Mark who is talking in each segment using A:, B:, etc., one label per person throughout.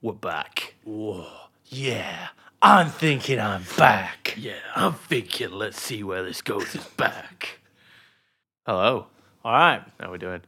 A: we're back.
B: Yeah, I'm thinking I'm back.
A: Yeah, I'm thinking let's see where this goes is back. Hello.
B: All right,
A: How we doing?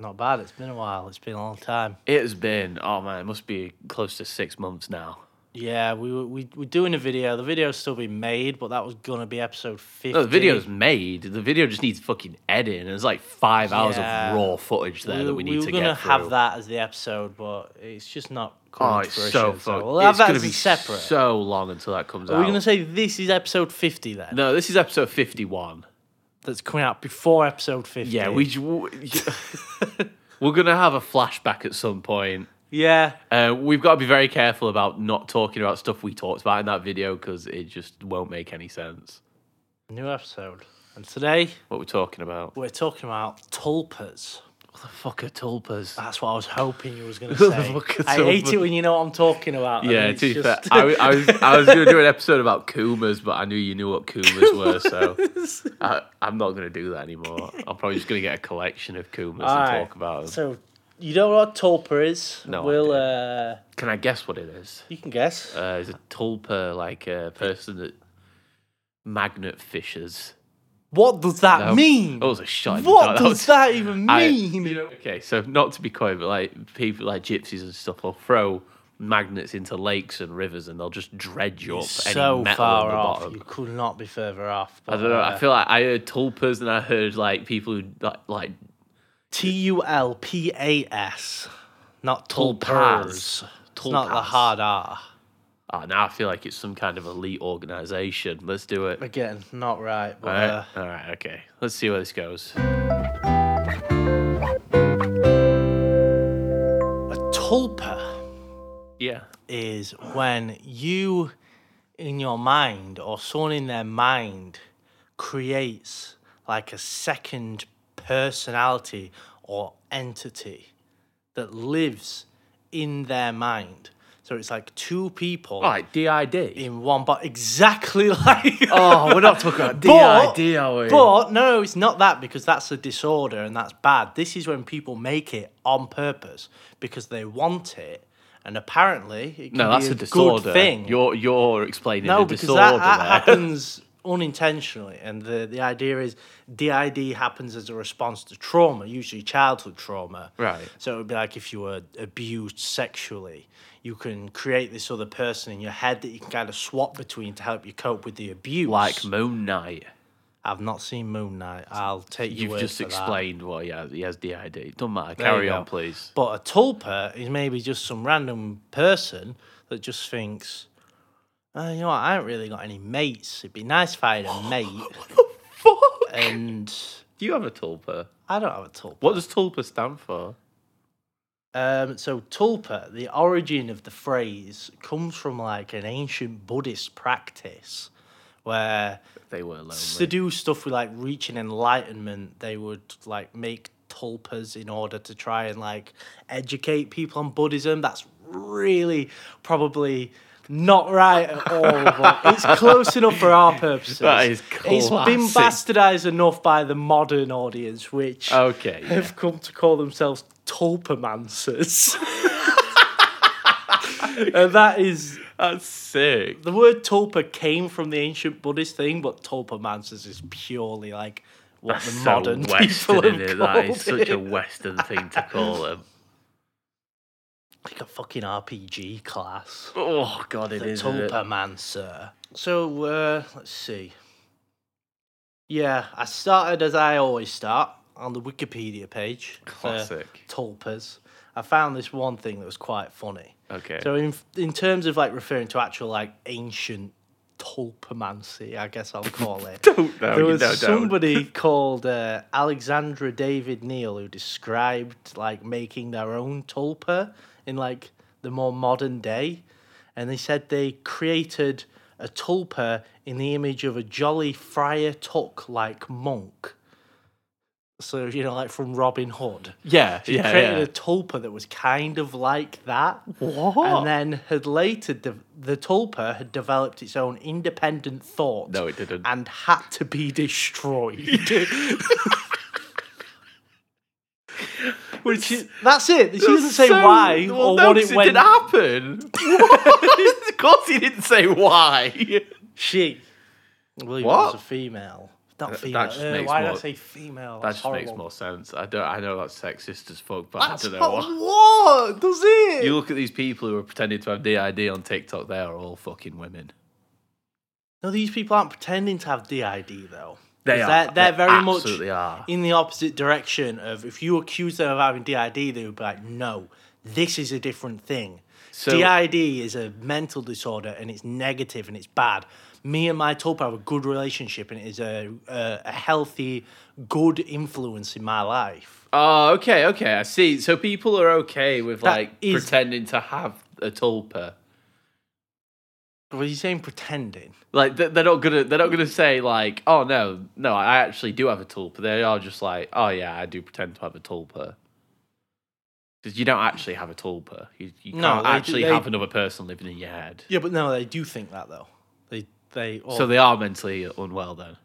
B: not bad. It's been a while. It's been a long time.
A: It has been oh man, it must be close to six months now.
B: Yeah, we were we we're doing a video. The video's still being made, but that was gonna be episode fifty.
A: No, the video's made. The video just needs fucking editing. There's like five hours
B: Yeah.
A: of raw footage there
B: we,
A: that we need
B: were
A: to
B: gonna
A: get through.
B: have that as the episode, but it's just not coming
A: Oh,
B: to
A: it's so
B: fruition.
A: fucked.
B: we'll have
A: it's
B: that
A: gonna
B: as
A: be
B: separate.
A: so long until that comes
B: Are
A: out.
B: we gonna say this is episode fifty then?
A: no, this is episode fifty-one.
B: That's coming out before episode fifty.
A: Yeah, we. j- w- We're gonna have a flashback at some point.
B: yeah
A: Uh, we've got to be very careful about not talking about stuff we talked about in that video because it just won't make any sense.
B: new episode. And today
A: What we're talking about?
B: we're talking about tulpas.
A: What the fuck are tulpas?
B: That's what I was hoping you was going to
A: The
B: say.
A: fuck is
B: I hate
A: tulpa?
B: it when you know what I'm talking about. and
A: Yeah,
B: it's
A: to be fair,
B: just-
A: I, w- I was I was gonna do an episode about kumas, but I knew you knew what kumas were, so I, I'm not gonna do that anymore. I'm probably just gonna get a collection of kumas
B: Alright,
A: and talk about them.
B: So you don't know what tulpa is?
A: No
B: We'll,
A: idea.
B: uh,
A: Can I guess what it is?
B: you can guess.
A: Uh, is a tulpa like a person that magnet fishes?
B: what does that
A: No.
B: mean?
A: That was a shot. in the dark.
B: what does
A: That was-
B: that even
A: I-
B: mean?
A: Okay, so not to be coy, but like people like gypsies and stuff will throw magnets into lakes and rivers, and they'll just dredge up any metal
B: so
A: on
B: far
A: the
B: off.
A: bottom.
B: You could not be further off.
A: I don't know. I feel like I heard tulpas and I heard like people who like, like
B: T U L P A S, not tulpas.
A: Tulpas.
B: It's not the
A: Tulpas.
B: hard R.
A: oh, now I feel like it's some kind of elite organization. Let's do it.
B: Again, not right. But,
A: All right.
B: uh,
A: All right. Okay. Let's see where this goes.
B: a tulpa.
A: Yeah.
B: is when you, in your mind, or someone in their mind, creates like a second personality or entity that lives in their mind. So it's like two people
A: All right. DID.
B: in one, but exactly like.
A: Oh, we're not talking about
B: But-
A: DID, are we?
B: But no, no, it's not that because that's a disorder and that's bad. This is when people make it on purpose because they want it, and apparently it can
A: no,
B: be
A: that's
B: a,
A: a disorder.
B: good thing.
A: You're you're explaining
B: no,
A: a
B: because
A: disorder
B: that, that
A: there.
B: happens unintentionally, and the the idea is DID happens as a response to trauma, usually childhood trauma.
A: Right.
B: So it would be like if you were abused sexually, you can create this other person in your head that you can kind of swap between to help you cope with the abuse.
A: like Moon Knight.
B: I've not seen Moon Knight. I'll take your
A: You've
B: word
A: just
B: for that.
A: explained why he has, he has DID. Don't matter.
B: There
A: Carry
B: you
A: on,
B: go.
A: please.
B: But a tulpa is maybe just some random person that just thinks, oh, you know what, I haven't really got any mates. It'd be nice if I had
A: Oh,
B: a mate.
A: Fuck.
B: and
A: Do you have a tulpa?
B: I don't have a tulpa.
A: What does tulpa stand for?
B: Um, so tulpa, the origin of the phrase comes from like an ancient Buddhist practice where
A: They were lonely.
B: to do stuff with like reaching enlightenment, they would like make tulpas in order to try and like educate people on Buddhism. That's really probably not right at all, but it's close enough for our purposes.
A: That is
B: It's been
A: classic.
B: bastardized enough by the modern audience, which
A: Okay. yeah.
B: have come to call themselves tulpamancers. and that is
A: That's sick.
B: the word tulpa came from the ancient Buddhist thing, but tulpamancers is purely like what the
A: So
B: modern people have
A: isn't it?
B: called
A: That is such a
B: it.
A: Western thing to call them.
B: like a fucking RPG class.
A: Oh God, it
B: The
A: is. isn't it?
B: tulpamancer. So uh, let's see. Yeah, I started as I always start on the Wikipedia page. for
A: Classic.
B: Tulpas. I found this one thing that was quite funny.
A: Okay.
B: So in in terms of like referring to actual like ancient tulpamancy, I guess I'll call it.
A: Don't know,
B: There
A: you
B: was
A: know, don't.
B: somebody called uh, Alexandra David Neal who described like making their own tulpa in like the more modern day, and they said they created a tulpa in the image of a jolly friar tuck like monk. So you know, like from Robin Hood.
A: yeah,
B: She
A: yeah,
B: created
A: yeah.
B: a tulpa that was kind of like that.
A: What?
B: And then had later, de- the tulpa had developed its own independent thought.
A: No, it didn't.
B: And had to be destroyed. Which is, that's it. She doesn't say
A: So-
B: why
A: well,
B: or
A: no,
B: what
A: 'cause
B: it went.
A: didn't happen. What? of course, he didn't say why.
B: She. William
A: What?
B: was a female. Not
A: That- that
B: female.
A: just
B: Uh,
A: makes
B: why did I
A: more-
B: say female?
A: That
B: That's
A: just
B: horrible.
A: makes more sense. I don't. I know that's sexist as fuck, but
B: That's
A: I don't know
B: not
A: why.
B: what does it?
A: You look at these people who are pretending to have DID on TikTok. They are all fucking women.
B: No, these people aren't pretending to have DID though.
A: They
B: 'Cause
A: are.
B: They're, they're
A: They
B: very much
A: absolutely are.
B: in the opposite direction of if you accuse them of having DID, they would be like, no, this is a different thing.
A: So-
B: DID is a mental disorder and it's negative and it's bad. Me and my Tulpa have a good relationship and it is a, a, a healthy, good influence in my life.
A: Oh, okay, okay. I see. So people are okay with
B: That
A: like
B: is-
A: pretending to have a tulpa.
B: What are you saying, pretending?
A: Like they- they're not gonna they're not gonna say like, oh no, no, I actually do have a tulpa. They are just like, oh yeah, I do pretend to have a tulpa. Because you don't actually have a tulpa. You, you
B: No,
A: can't
B: they do-
A: actually
B: they-
A: have another person living in your head.
B: Yeah, but no, they do think that though. They, they, or,
A: So they are mentally unwell then.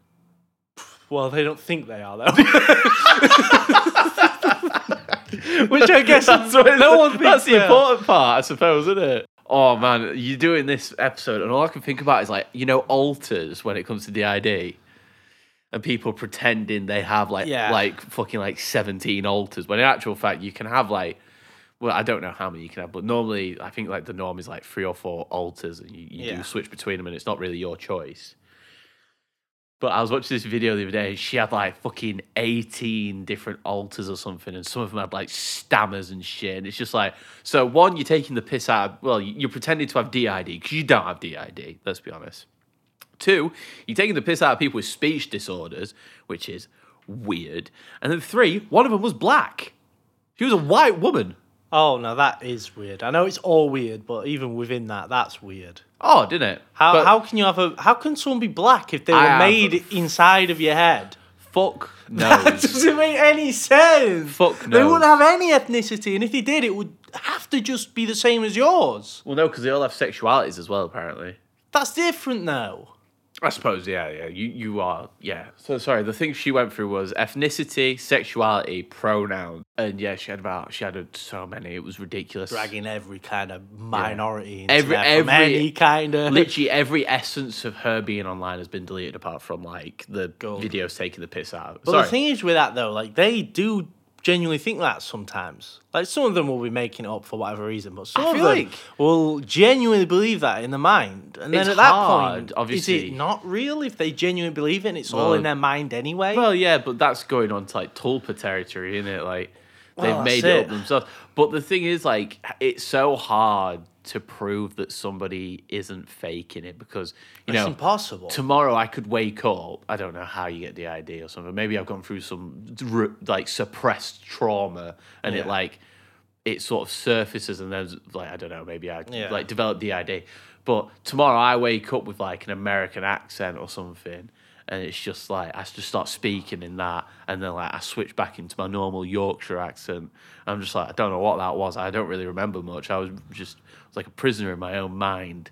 B: Well, they don't think they are though. Which I guess
A: that's what,
B: no one thinks
A: That's the
B: they are.
A: important part, I suppose, isn't it? Oh man, you're doing this episode, and all I can think about is like you know alters when it comes to DID, and people pretending they have like
B: Yeah.
A: like fucking like seventeen alters when in actual fact you can have like. Well, I don't know how many you can have, but normally I think like the norm is like three or four alters, and you, you
B: Yeah.
A: do switch between them, and it's not really your choice. But I was watching this video the other day, and she had like fucking eighteen different altars or something, and some of them had like stammers and shit. And it's just like, so one, you're taking the piss out. Of, well, you- you're pretending to have DID because you don't have DID. Let's be honest. Two, you're taking the piss out of people with speech disorders, which is weird. And then three, one of them was black. She was a white woman.
B: Oh no, that is weird. I know it's all weird, but even within that, that's weird.
A: Oh, didn't it?
B: How
A: But
B: how can you have a how can someone be black if they were
A: I have-
B: made inside of your head?
A: fuck
B: That
A: knows.
B: doesn't make any sense.
A: Fuck
B: They
A: knows.
B: wouldn't have any ethnicity, and if they did, it would have to just be the same as yours.
A: well, no, because they all have sexualities as well, apparently.
B: That's different though.
A: I suppose, yeah, yeah. You you are, yeah. So sorry. The thing she went through was ethnicity, sexuality, pronoun, and yeah, she had about she had so many. It was ridiculous.
B: Dragging every kind of minority into
A: Every-
B: there from
A: every-
B: any kind of
A: Literally every essence of her being online has been deleted, apart from like the
B: Gold.
A: videos taking the piss out.
B: But
A: sorry.
B: the thing is with that though, like they do genuinely think that sometimes. Like some of them will be making it up for whatever reason, but some
A: I
B: of them
A: feel like-
B: will genuinely believe that in their mind. And then
A: It's
B: at that
A: hard,
B: point, is
A: obviously.
B: it not real if they genuinely believe it and it's all
A: Well-
B: in their mind anyway?
A: well, yeah, but that's going on to like Tulpa territory, isn't it? Like they've
B: Well,
A: made it, up
B: that's it.
A: themselves. But the thing is, like, it's so hard to prove that somebody isn't faking it because you
B: it's
A: know
B: impossible.
A: tomorrow I could wake up. I don't know how you get the idea or something. Maybe I've gone through some r- like suppressed trauma, and it
B: Yeah.
A: like it sort of surfaces, and then like I don't know. Maybe I
B: Yeah.
A: like develop the idea. But tomorrow I wake up with like an American accent or something, and it's just like I just start speaking in that, and then like I switch back into my normal Yorkshire accent. I'm just like I don't know what that was. I don't really remember much. I was just I was like a prisoner in my own mind.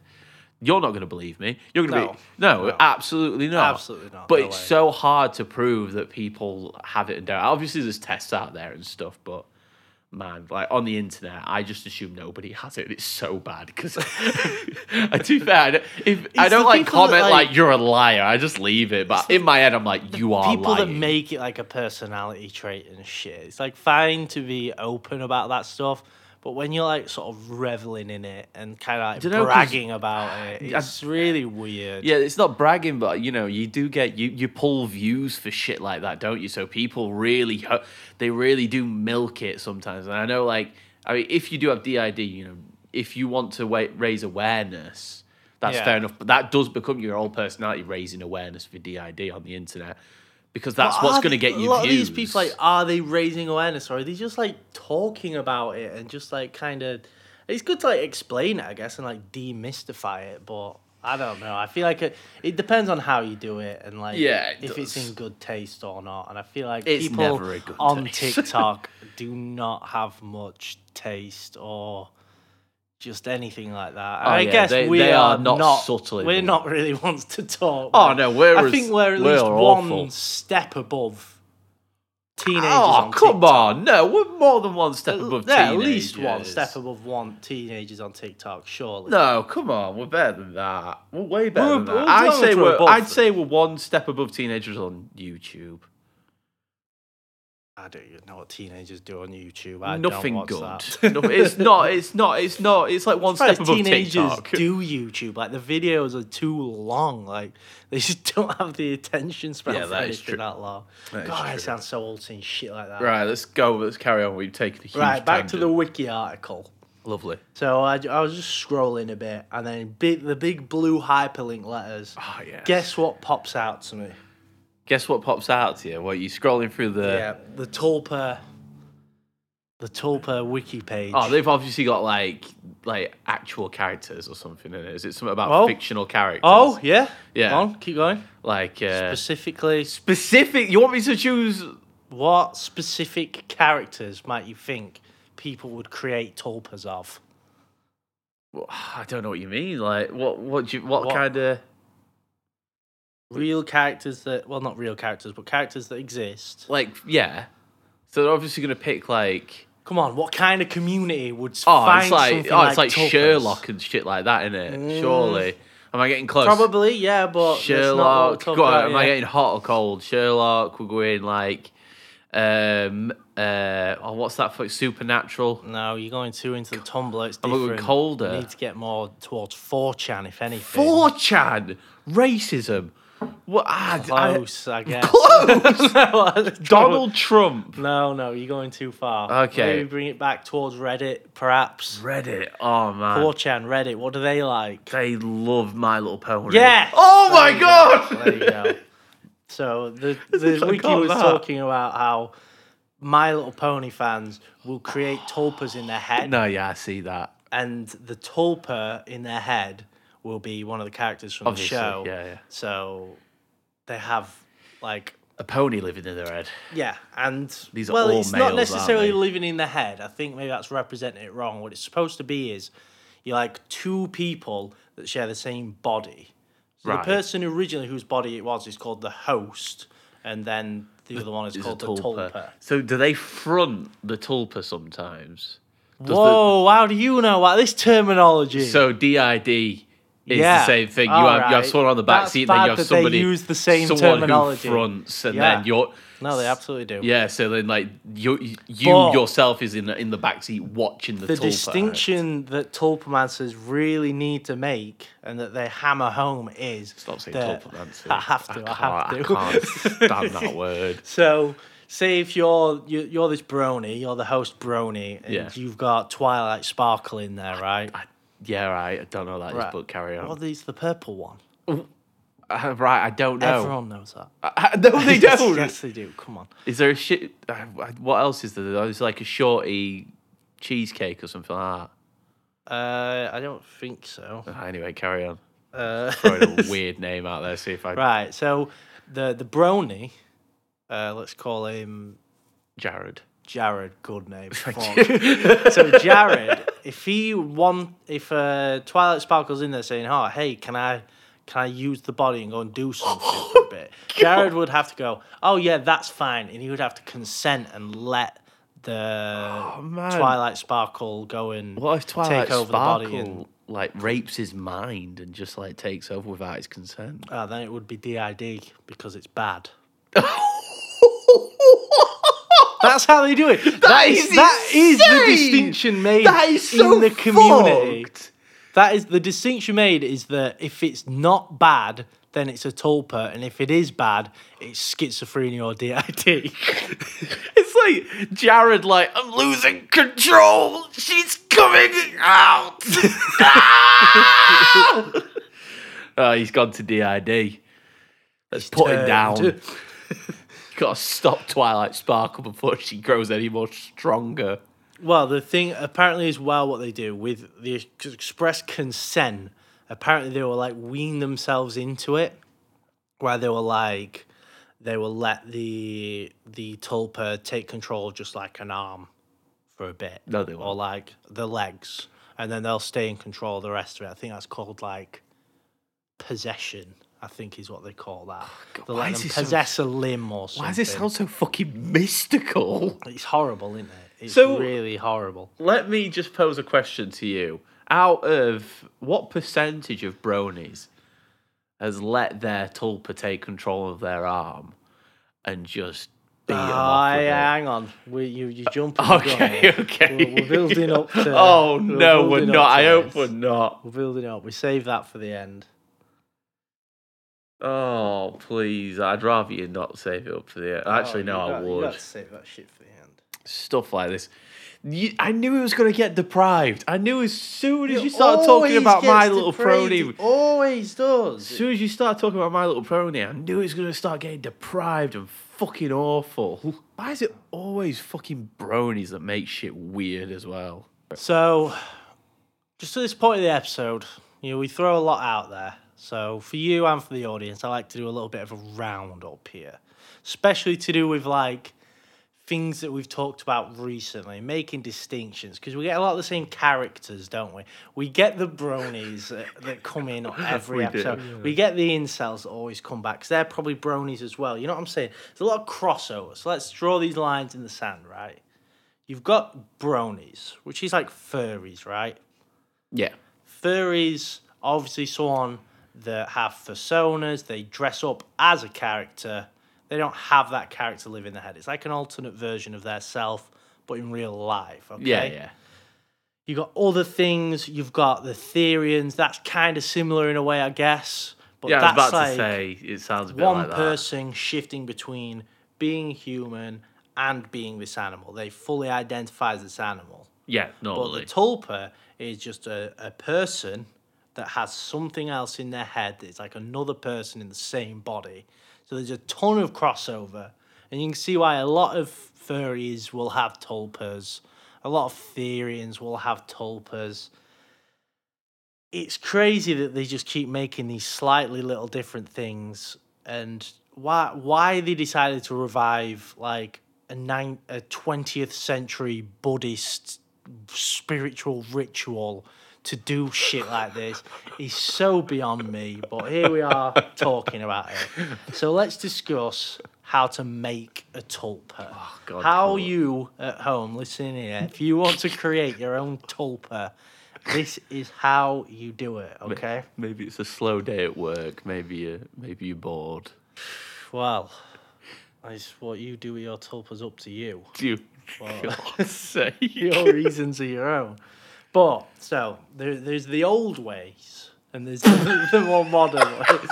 A: You're not going to believe me. You're going to be no,
B: No.
A: absolutely not.
B: Absolutely not.
A: But
B: No
A: it's
B: way.
A: so hard to prove that people have it and don't. Obviously, there's tests out there and stuff, but man, like on the internet, I just assume nobody has it. It's so bad because, to be fair, I don't, if, I don't
B: It's the
A: like
B: people that,
A: comment like,
B: like-
A: you're a liar. I just leave it. But in my head, I'm like, you are
B: People that
A: lying."
B: make it like a personality trait and shit. It's like fine to be open about that stuff, but when you're like sort of reveling in it and kind of
A: You
B: like
A: know, 'cause-
B: bragging about it, it's really weird.
A: Yeah, it's not bragging, but you know, you do get you you pull views for shit like that, don't you? So people really ho- they really do milk it sometimes. And I know, like, I mean, if you do have DID, you know, if you want to wait, raise awareness, that's
B: Yeah.
A: fair enough. But that does become your whole personality, raising awareness for DID on the internet, because that's
B: But
A: what's
B: are
A: going to
B: the-
A: get you
B: A lot
A: views.
B: of these people, like, are they raising awareness or are they just like talking about it and just like kind of? It's good to like explain it, I guess, and like demystify it. But I don't know. I feel like it, it depends on how you do it and like
A: Yeah, it
B: if it's
A: does.
B: in good taste or not. And I feel like
A: It's
B: people
A: never a good
B: on
A: taste.
B: TikTok do not have much taste or. Just anything like that. And
A: Oh,
B: I
A: yeah,
B: guess
A: they-
B: we
A: they are
B: are,
A: not
B: not,
A: subtle in
B: We're
A: them.
B: not really ones to talk.
A: Oh,
B: man.
A: no, we're
B: I
A: as-
B: think we're at
A: we're
B: least
A: awful.
B: one step above teenagers.
A: Oh,
B: on
A: come
B: TikTok.
A: on. No, we're more than one step above
B: Yeah, at least one
A: teenagers.
B: step above one teenagers on TikTok, surely.
A: No, come on. We're better than that. We're way better
B: We're-
A: than that.
B: we're
A: I'd
B: going
A: say
B: to
A: we're,
B: above
A: I'd
B: them.
A: say we're one step above teenagers on YouTube.
B: I don't even know what teenagers do on YouTube. I
A: Nothing
B: don't
A: good.
B: watch That.
A: No, it's not. It's not. It's not. It's like one
B: As
A: step
B: far as
A: above
B: teenagers
A: TikTok.
B: do YouTube. Like the videos are too long. Like they just don't have the attention span
A: Yeah,
B: for
A: that is
B: anything
A: true.
B: that long.
A: That is
B: God, I
A: true.
B: sound so old saying shit like that.
A: Right. Let's go. Let's carry on. We've taken a huge
B: Right, back to the
A: tangent.
B: wiki article.
A: lovely.
B: So I, I was just scrolling a bit, and then big, the big blue hyperlink letters.
A: Oh yeah.
B: Ah, Guess what pops out to me?
A: Guess what pops out to you? What you scrolling through the?
B: Yeah, the Tulpa, the Tulpa wiki page.
A: Oh, they've obviously got like like actual characters or something in it. Is it something about
B: Oh.
A: fictional characters?
B: Oh, yeah,
A: Yeah.
B: Go on, keep going.
A: like uh,
B: Specifically,
A: specific. You want me to choose?
B: what specific characters might you think people would create Tulpas of?
A: Well, I don't know what you mean. Like what? What do you? What,
B: What?
A: kind of?
B: Real characters that, well, not real characters, but characters that exist.
A: Like yeah. So they're obviously gonna pick like.
B: Come on, what kind of community would s-
A: Oh,
B: find
A: it's like
B: something
A: oh, it's like Mm.
B: Tulpas?
A: Sherlock and shit like that, isn't it? Surely. Am I getting close?
B: Probably, yeah, but That's not
A: Sherlock.
B: what we're
A: Go on,
B: talking
A: am
B: about
A: I
B: here.
A: getting hot or cold? Sherlock. We're going like, um, uh, oh, what's that for? Supernatural.
B: No, you're going too into the Tumblr. It's
A: I'm
B: different.
A: going colder.
B: You need to get more towards 4chan, if anything.
A: 4chan racism. What? I, I,
B: Close, I, guess.
A: Close! Donald Trump.
B: No, no, you're going too far.
A: Okay.
B: Maybe bring it back towards Reddit, perhaps.
A: Reddit. Oh man.
B: 4chan, Reddit, what do they like?
A: They love My Little Pony.
B: Yes!
A: Oh
B: There
A: my
B: you
A: god.
B: go, There you go. So the, the
A: I
B: wiki
A: got
B: was
A: that.
B: talking about how My Little Pony fans will create tulpas in their head.
A: No, yeah, I see that.
B: and the tulpa in their head will be one of the characters from
A: Obviously,
B: the show.
A: yeah, yeah.
B: So they have like
A: A pony living in their head.
B: yeah, and
A: These are
B: well,
A: all
B: it's
A: males,
B: not
A: aren't
B: necessarily
A: they?
B: living in the head. I think maybe that's representing it wrong. What it's supposed to be is you're like two people that share the same body. So
A: Right.
B: The person originally whose body it was is called the host, and then the other one is
A: It's
B: called
A: a
B: the tulpa.
A: So do they front the tulpa sometimes? Does the-
B: Whoa! how do you know about this terminology?
A: So DID is the
B: Yeah.
A: same thing. You
B: All
A: have you have
B: right.
A: someone on the back
B: That's
A: seat, then
B: bad
A: you have
B: that they
A: somebody
B: use the same
A: someone
B: terminology.
A: who fronts, and
B: Yeah.
A: then you're
B: no, they absolutely do.
A: yeah. So then like you you
B: But-
A: yourself is in the, in the back seat watching the,
B: the
A: tulpa.
B: distinction that tulpamancers really need to make and that they hammer home is
A: Stop saying
B: that-
A: tulpamancers.
B: I have to. I, have to.
A: can't stand that word.
B: So, say if you're you- you're this Brony, you're the host Brony, and
A: Yeah.
B: you've got Twilight Sparkle in there, right?
A: I, yeah, right. I don't know that is,
B: Right.
A: but carry on.
B: Well, these the purple one.
A: Uh, right, I don't know.
B: Everyone knows that.
A: I, no, they
B: Yes,
A: don't.
B: Yes, they do. Come on.
A: Is there a shit? uh, What else is there? Is like a shorty cheesecake or something like that?
B: Uh, I don't think so.
A: Ah, Anyway, carry on.
B: Uh,
A: Throwing a weird name out there, see if I
B: right. So, the the Brony, uh, let's call him
A: Jared.
B: Jared, good name. fuck. so Jared, if he want, if uh, Twilight Sparkle's in there saying, "Oh, hey, can I, can I use the body and go and do something
A: Oh
B: for a bit?" Jared would have to go, "Oh yeah, that's fine," and he would have to consent and let the
A: Oh, man.
B: Twilight Sparkle go and
A: What if Twilight
B: Oh, take over
A: Sparkle
B: the body, and
A: like rapes his mind and just like takes over without his consent?
B: oh, then it would be DID because it's bad. That's how they do it.
A: That
B: is
A: is
B: that is the
A: insane!
B: distinction made
A: that is so
B: in the community.
A: fucked.
B: That is the distinction made is that if it's not bad, then it's a tulpa, and if it is bad, it's schizophrenia or DID.
A: It's like Jared, like I'm losing control. She's coming out. Ah! oh, he's gone to DID. Let's put him down.
B: turned.
A: Gotta stop Twilight Sparkle before she grows any more stronger.
B: well, the thing apparently as well, what they do with the ex- express consent, apparently they will like wean themselves into it, where they were like, they will let the the tulpa take control of just like an arm for a bit,
A: No, they
B: or
A: won't.
B: like the legs, and then they'll stay in control of the rest of it. I think that's called like possession. I think is what they call that.
A: God,
B: they
A: why
B: let
A: is
B: them
A: it so-
B: possess a limb or something.
A: Why does it sound so fucking mystical?
B: It's horrible, isn't it? It's
A: So-
B: really horrible.
A: Let me just pose a question to you. Out of what percentage of bronies has let their tulpa take control of their arm and just be
B: Oh,
A: off with it?
B: hang on. We, you, you jump.
A: Okay, okay.
B: We're- we're building up to-
A: oh
B: we're
A: no, we're
B: building up
A: not.
B: to
A: I hope
B: this.
A: we're not.
B: We're building up. We save that for the end.
A: Oh please, I'd rather you not save it up for the.
B: Oh,
A: Actually, no, I would.
B: save that shit for the end.
A: Stuff like this. You, I knew he was going to get deprived. I knew as soon as you started
B: Always
A: talking about my
B: gets
A: little
B: depraved,
A: prony,
B: it Always
A: as
B: does.
A: soon as you start talking about my little prony, I knew he was going to start getting deprived and fucking awful. Why is it always fucking bronies that make shit weird as well?
B: So, just to this point of the episode, you know, we throw a lot out there. So, for you and for the audience, I like to do a little bit of a roundup here, especially to do with like things that we've talked about recently, making distinctions, because we get a lot of the same characters, don't we? We get the bronies that, that come in on every
A: We do,
B: episode. We get the incels that always come back, because they're probably bronies as well. You know what I'm saying? There's a lot of crossover. So, let's draw these lines in the sand, right? You've got bronies, which is like furries, right?
A: Yeah.
B: Furries, obviously, someone that have personas, they dress up as a character. They don't have that character live in their head. It's like an alternate version of their self, but in real life. Okay?
A: Yeah, yeah.
B: You've got other things. You've got the Therians. That's kind of similar in a way, I guess. But
A: Yeah, I was
B: that's
A: about
B: like
A: to say it sounds a bit
B: one
A: like that.
B: person shifting between being human and being this animal. They fully identify as this animal.
A: Yeah,
B: But
A: normally.
B: the tulpa is just a, a person that has something else in their head that's like another person in the same body. So there's a ton of crossover. And you can see why a lot of furries will have tulpas, a lot of therians will have tulpas. It's crazy that they just keep making these slightly little different things and why why they decided to revive like a nine a 20th century Buddhist spiritual ritual to do shit like this is so beyond me. But here we are talking about it. So let's discuss how to make a tulpa.
A: God,
B: how
A: tulpa.
B: you at home listening here, if you want to create your own tulpa, this is how you do it. Okay.
A: Maybe it's a slow day at work. Maybe you maybe you're bored.
B: Well, it's what you do with your tulpas up to you.
A: You God's sake.
B: your reasons are your own. But so there, there's the old ways and there's the, the more modern ways.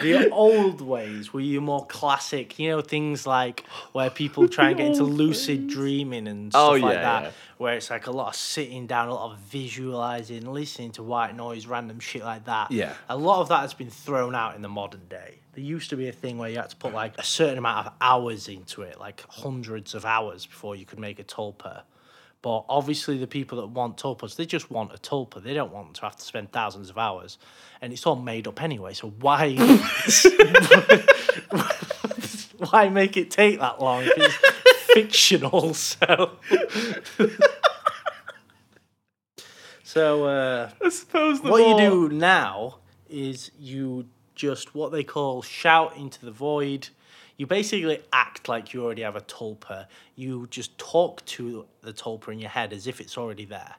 B: The old ways were your more classic, you know, things like where people try and get into
A: old
B: lucid dreaming and stuff
A: Oh,
B: like
A: yeah,
B: that,
A: yeah.
B: where it's like a lot of sitting down, a lot of visualizing, listening to white noise, random shit like that.
A: Yeah.
B: A lot of that has been thrown out in the modern day. There used to be a thing where you had to put like a certain amount of hours into it, like hundreds of hours before you could make a tulpa. But obviously, the people that want tulpas, they just want a tulpa. They don't want to have to spend thousands of hours. And it's all made up anyway. So why why make it take that long? if It's fictional. So. So uh,
A: I suppose the
B: what you
A: more-
B: do now is you just what they call shout into the void. You basically act like you already have a tulpa. You just talk to the tulpa in your head as if it's already there.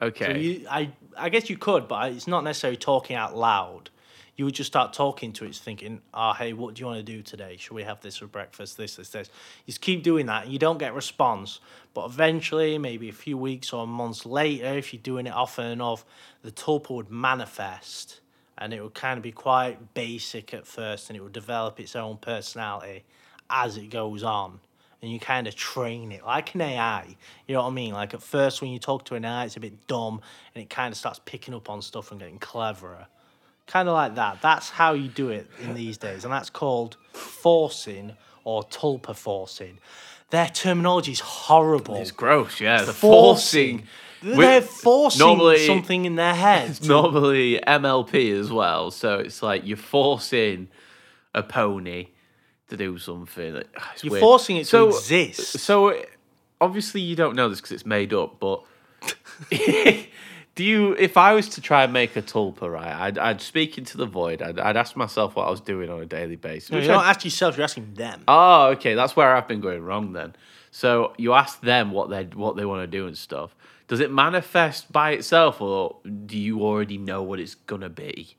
A: Okay.
B: You, I, I guess you could, but it's not necessarily talking out loud. You would just start talking to it, just thinking, oh, hey, what do you want to do today? Should we have this for breakfast? This, this, this. You just keep doing that. You don't get response. But eventually, maybe a few weeks or months later, if you're doing it often enough, the tulpa would manifest and it would kind of be quite basic at first and it would develop its own personality as it goes on and you kind of train it like an AI. You know what I mean? Like at first, when you talk to an AI, it's a bit dumb and it kind of starts picking up on stuff and getting cleverer. Kind of like that. That's how you do it in these days, and that's called forcing or tulpa forcing. Their terminology is horrible.
A: it's gross, yeah. The forcing.
B: They're
A: Wi-
B: forcing
A: normally-
B: something in their head.
A: It's normally MLP as well. So it's like you're forcing a pony to do something. Ugh, it's
B: You're
A: weird.
B: forcing it
A: So-
B: to exist.
A: So obviously you don't know this because it's made up, but Do you? If I was to try and make a tulpa, right, I'd, I'd speak into the void. I'd, I'd ask myself what I was doing on a daily basis.
B: No,
A: which
B: you
A: I
B: don't ask yourself, you're asking them.
A: Oh, okay. That's where I've been going wrong then. So you ask them what they what they want to do and stuff. Does it manifest by itself, or do you already know what it's gonna be?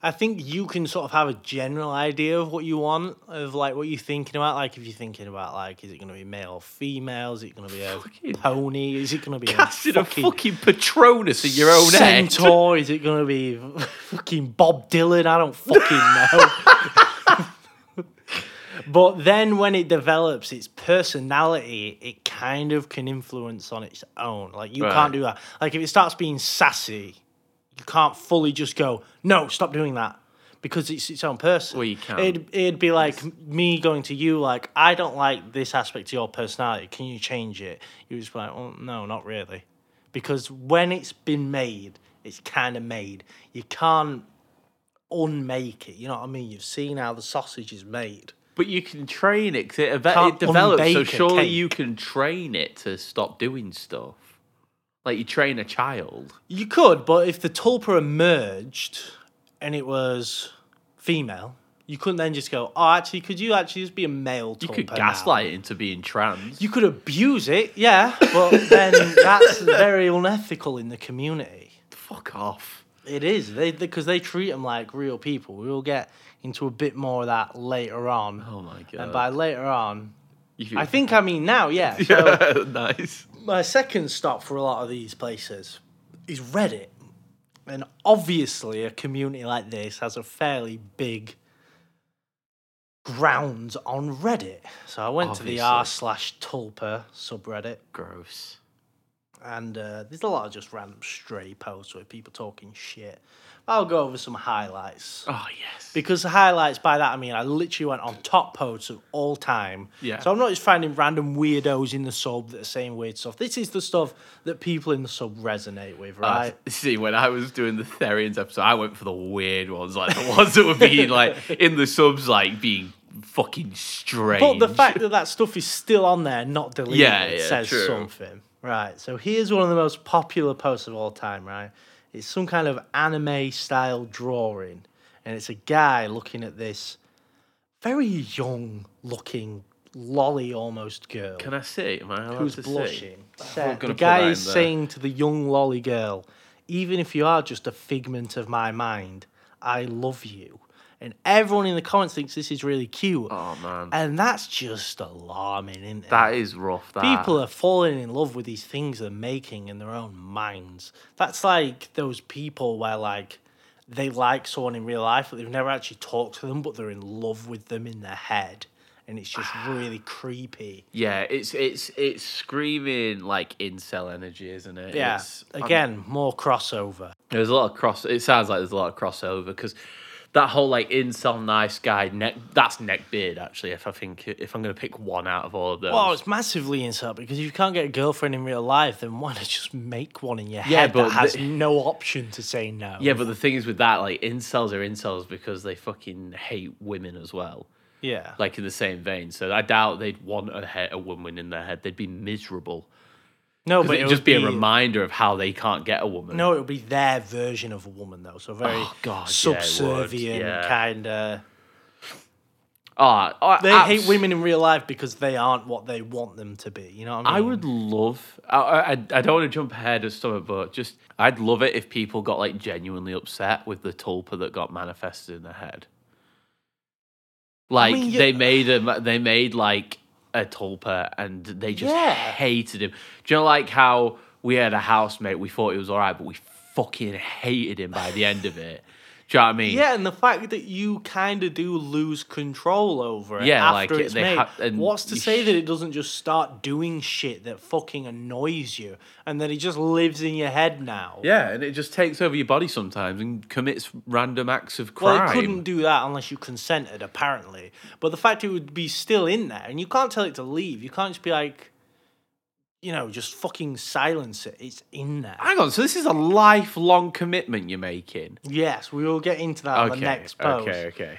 B: I think you can sort of have a general idea of what you want, of like what you're thinking about. Like if you're thinking about like, is it going to be male or female? Is it going to be a
A: Fucking-
B: pony? Is it going to be
A: Casting
B: a
A: a
B: fucking,
A: fucking Patronus in your own head.
B: centaur? Is it going to be fucking Bob Dylan? I don't fucking know. but then when it develops its personality, it kind of can influence on its own. Like you
A: Right.
B: can't do that. Like if it starts being sassy, you can't fully just go, no, stop doing that. Because it's its own person.
A: Well, you can't.
B: It'd, it'd be like me going to you, like, I don't like this aspect of your personality. Can you change it? You just be like, well, no, not really. Because when it's been made, it's kind of made. You can't unmake it. You know what I mean? You've seen how the sausage is made.
A: But you can train it 'cause it, eve- it
B: Can't
A: develops. So
B: unbake a
A: surely
B: cake.
A: you can train it to stop doing stuff, like you train a child.
B: You could, but if the tulpa emerged and it was female, you couldn't then just go, oh, actually, could you actually just be a male tulpa?
A: You could
B: now?"
A: gaslight it into being trans.
B: You could abuse it, yeah, but then that's very unethical in the community.
A: Fuck off.
B: It is, they because they treat them like real people. We will get into a bit more of that later on.
A: Oh my god.
B: and by later on,
A: You-
B: I think I mean now, yeah. So
A: Yeah, nice.
B: my second stop for a lot of these places is Reddit. And obviously, a community like this has a fairly big ground on Reddit. So I went to
A: Obviously.
B: the r slash tulpa subreddit,
A: Gross.
B: and uh, there's a lot of just random stray posts with people talking shit. I'll go over some highlights.
A: Oh yes.
B: Because the highlights, by that I mean I literally went on top posts of all time.
A: Yeah.
B: So I'm not just finding random weirdos in the sub that are saying weird stuff. This is the stuff that people in the sub resonate with, right?
A: See, when I was doing the Therians episode, I went for the weird ones, like the ones that would be like in the subs, like being fucking strange.
B: but the fact that that stuff is still on there, not deleted,
A: Yeah, yeah,
B: says
A: true.
B: something. Right. So here's one of the most popular posts of all time, right? It's some kind of anime style drawing, and it's a guy looking at this very young looking lolly almost girl.
A: can I see? Am I allowed
B: who's
A: to See?
B: blushing.
A: gonna
B: the
A: put
B: guy
A: that
B: is
A: in there.
B: saying to the young lolly girl, even if you are just a figment of my mind, I love you. And everyone in the comments thinks this is really cute.
A: Oh man,
B: And that's just alarming, isn't it?
A: that is rough. That
B: People are falling in love with these things they're making in their own minds. That's like those people where like they like someone in real life, but they've never actually talked to them, but they're in love with them in their head. And it's just really creepy.
A: Yeah, it's it's it's screaming like incel energy, isn't it?
B: Yeah.
A: It's-
B: Again, more crossover.
A: There's a lot of cross. It sounds like there's a lot of crossover because that whole like incel nice guy neck. That's neck beard actually. If I think if I'm gonna pick one out of all of those.
B: Well, it's massively insult because if you can't get a girlfriend in real life, then why not just make one in your
A: Yeah,
B: head
A: but
B: that has
A: the-
B: no option to say no?
A: Yeah, but the thing is with that, like incels are incels because they fucking hate women as well.
B: yeah.
A: Like in the same vein, so I doubt they'd want a, he- a woman in their head. They'd be miserable.
B: no,
A: 'Cause
B: but it
A: it'd
B: would
A: just be, a reminder of how they can't get a woman.
B: No, it would be their version of a woman though, so very
A: Oh, God, yeah, it would,
B: subservient
A: yeah.
B: kind of.
A: Ah, ah,
B: They
A: abs-
B: hate women in real life because they aren't what they want them to be. You know what I mean?
A: I would love. I, I I don't want to jump ahead of something, but just I'd love it if people got like genuinely upset with the tulpa that got manifested in their head. Like
B: mean, you-
A: they made a they made like a tulpa and they just
B: Yeah.
A: hated him. Do you know like how we had a housemate we thought he was all right, but we fucking hated him by the end of it. Do you know what I mean?
B: Yeah, and the fact that you kind of do lose control over it
A: Yeah,
B: after
A: like,
B: it's
A: they
B: made.
A: ha- and
B: What's to
A: you
B: say
A: sh-
B: that it doesn't just start doing shit that fucking annoys you, and then it just lives in your head now?
A: Yeah, and it just takes over your body sometimes and commits random acts of crime.
B: Well, it couldn't do that unless you consented, apparently. But the fact it would be still in there, and you can't tell it to leave. You can't just be like, you know, just fucking silence it. It's in there.
A: Hang on, so this is a lifelong commitment you're making.
B: Yes, we will get into that on the next post.
A: okay, okay.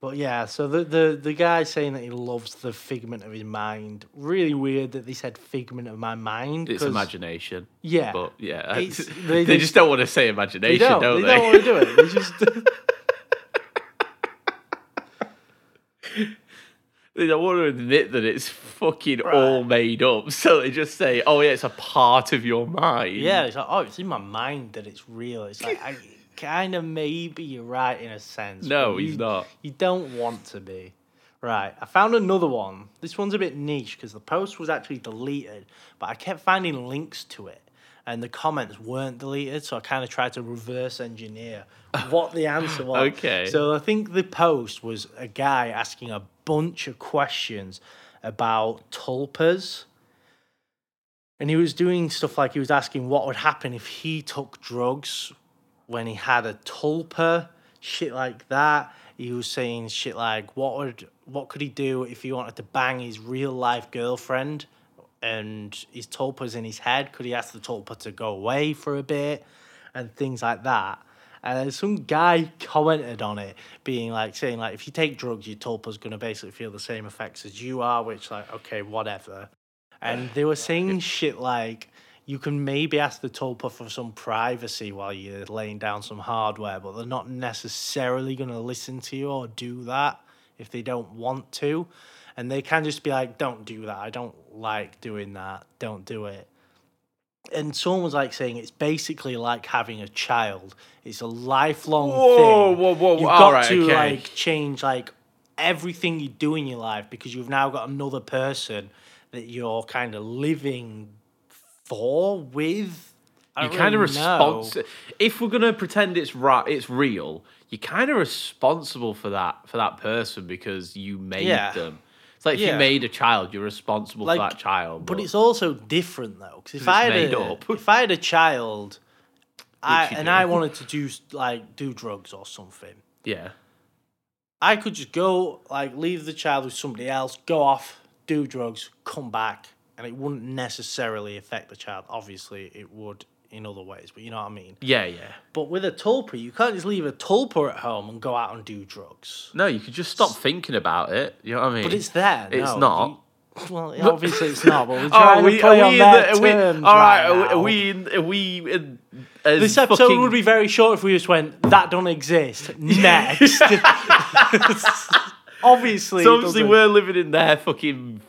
B: But yeah, so the, the the guy saying that he loves the figment of his mind. Really weird that they said figment of my mind.
A: It's
B: 'cause-
A: imagination.
B: Yeah.
A: But yeah,
B: It's-
A: they,
B: they- they-
A: just don't want to say imagination,
B: they don't.
A: don't
B: they, don't want to do it. They just
A: They don't want to admit that it's fucking all made up. So they just say, oh, yeah, it's a part of your mind.
B: yeah. It's like oh, it's in my mind that it's real. It's like I kind of maybe you're right in a sense.
A: No,
B: but
A: he's
B: you-
A: not.
B: You don't want to be. Right, I found another one. This one's a bit niche because the post was actually deleted, but I kept finding links to it, and the comments weren't deleted. So I kind of tried to reverse engineer what the answer was.
A: Okay.
B: So I think the post was a guy asking a bunch of questions about tulpas. And he was doing stuff like he was asking what would happen if he took drugs when he had a tulpa, shit like that. He was saying shit like what would what could he do if he wanted to bang his real life girlfriend and his tulpa's in his head? Could he ask the tulpa to go away for a bit and things like that? And then some guy commented on it, being like saying like if you take drugs, your tulpa's gonna basically feel the same effects as you are, which like okay, whatever. And they were saying shit like, you can maybe ask the tulpa for some privacy while you're laying down some hardware, but they're not necessarily going to listen to you or do that if they don't want to. And they can just be like, don't do that. I don't like doing that. Don't do it. And someone was like saying it's basically like having a child. It's a lifelong
A: Whoa,
B: thing.
A: whoa, whoa,
B: You've
A: all
B: got
A: right,
B: to
A: okay.
B: like change like everything you do in your life because you've now got another person that you're kind of living for with. I
A: You
B: don't
A: kind of
B: really know.
A: responsible. If we're gonna pretend it's right, it's real. You're kind of responsible for that for that person because you made
B: Yeah.
A: them. It's like if you
B: Yeah.
A: made a child, you're responsible for
B: Like,
A: that child.
B: But it's also different though, because if I had
A: made
B: a,
A: up.
B: if I had a child, I,
A: you
B: and
A: do.
B: I wanted to do s- like do drugs or something,
A: yeah,
B: I could just go like leave the child with somebody else, go off, do drugs, come back, and it wouldn't necessarily affect the child. Obviously, it would in other ways, but you know what I mean.
A: yeah, yeah.
B: But with a tulpa, you can't just leave a tulpa at home and go out and do drugs.
A: No, you could just stop thinking about it. You know what I mean?
B: But it's there.
A: It's
B: no,
A: not.
B: you- well, obviously it's not. But we're trying to play on
A: in the- are
B: their
A: Oh, we-
B: terms.
A: all right,
B: right
A: are
B: now.
A: we? Are we? In, are we in, as
B: This episode
A: fucking-
B: would be very short if we just went, that don't exist. Next. obviously. it
A: So obviously,
B: doesn't.
A: we're living in their fucking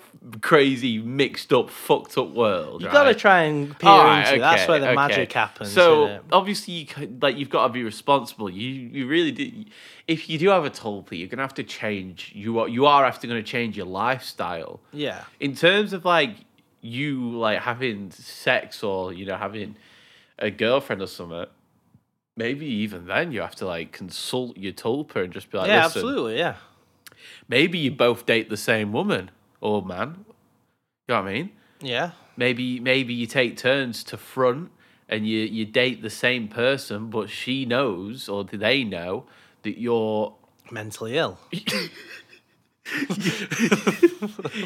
A: crazy, mixed up, fucked up world.
B: you
A: right?
B: gotta try and peer
A: All right,
B: into it. That's
A: okay,
B: where the
A: okay.
B: magic happens.
A: So
B: innit?
A: obviously, you c- like you've got to be responsible. You you really do. If you do have a tulpa, you're gonna have to change. You are you are after gonna change your lifestyle
B: yeah.
A: in terms of like you like having sex or you know having a girlfriend or something. Maybe even then you have to like consult your tulpa and just be like,
B: Yeah,
A: listen,
B: absolutely. Yeah.
A: maybe you both date the same woman or man. You know what I mean?
B: Yeah.
A: maybe maybe you take turns to front and you you date the same person but she knows or do they know that you're
B: Mentally ill.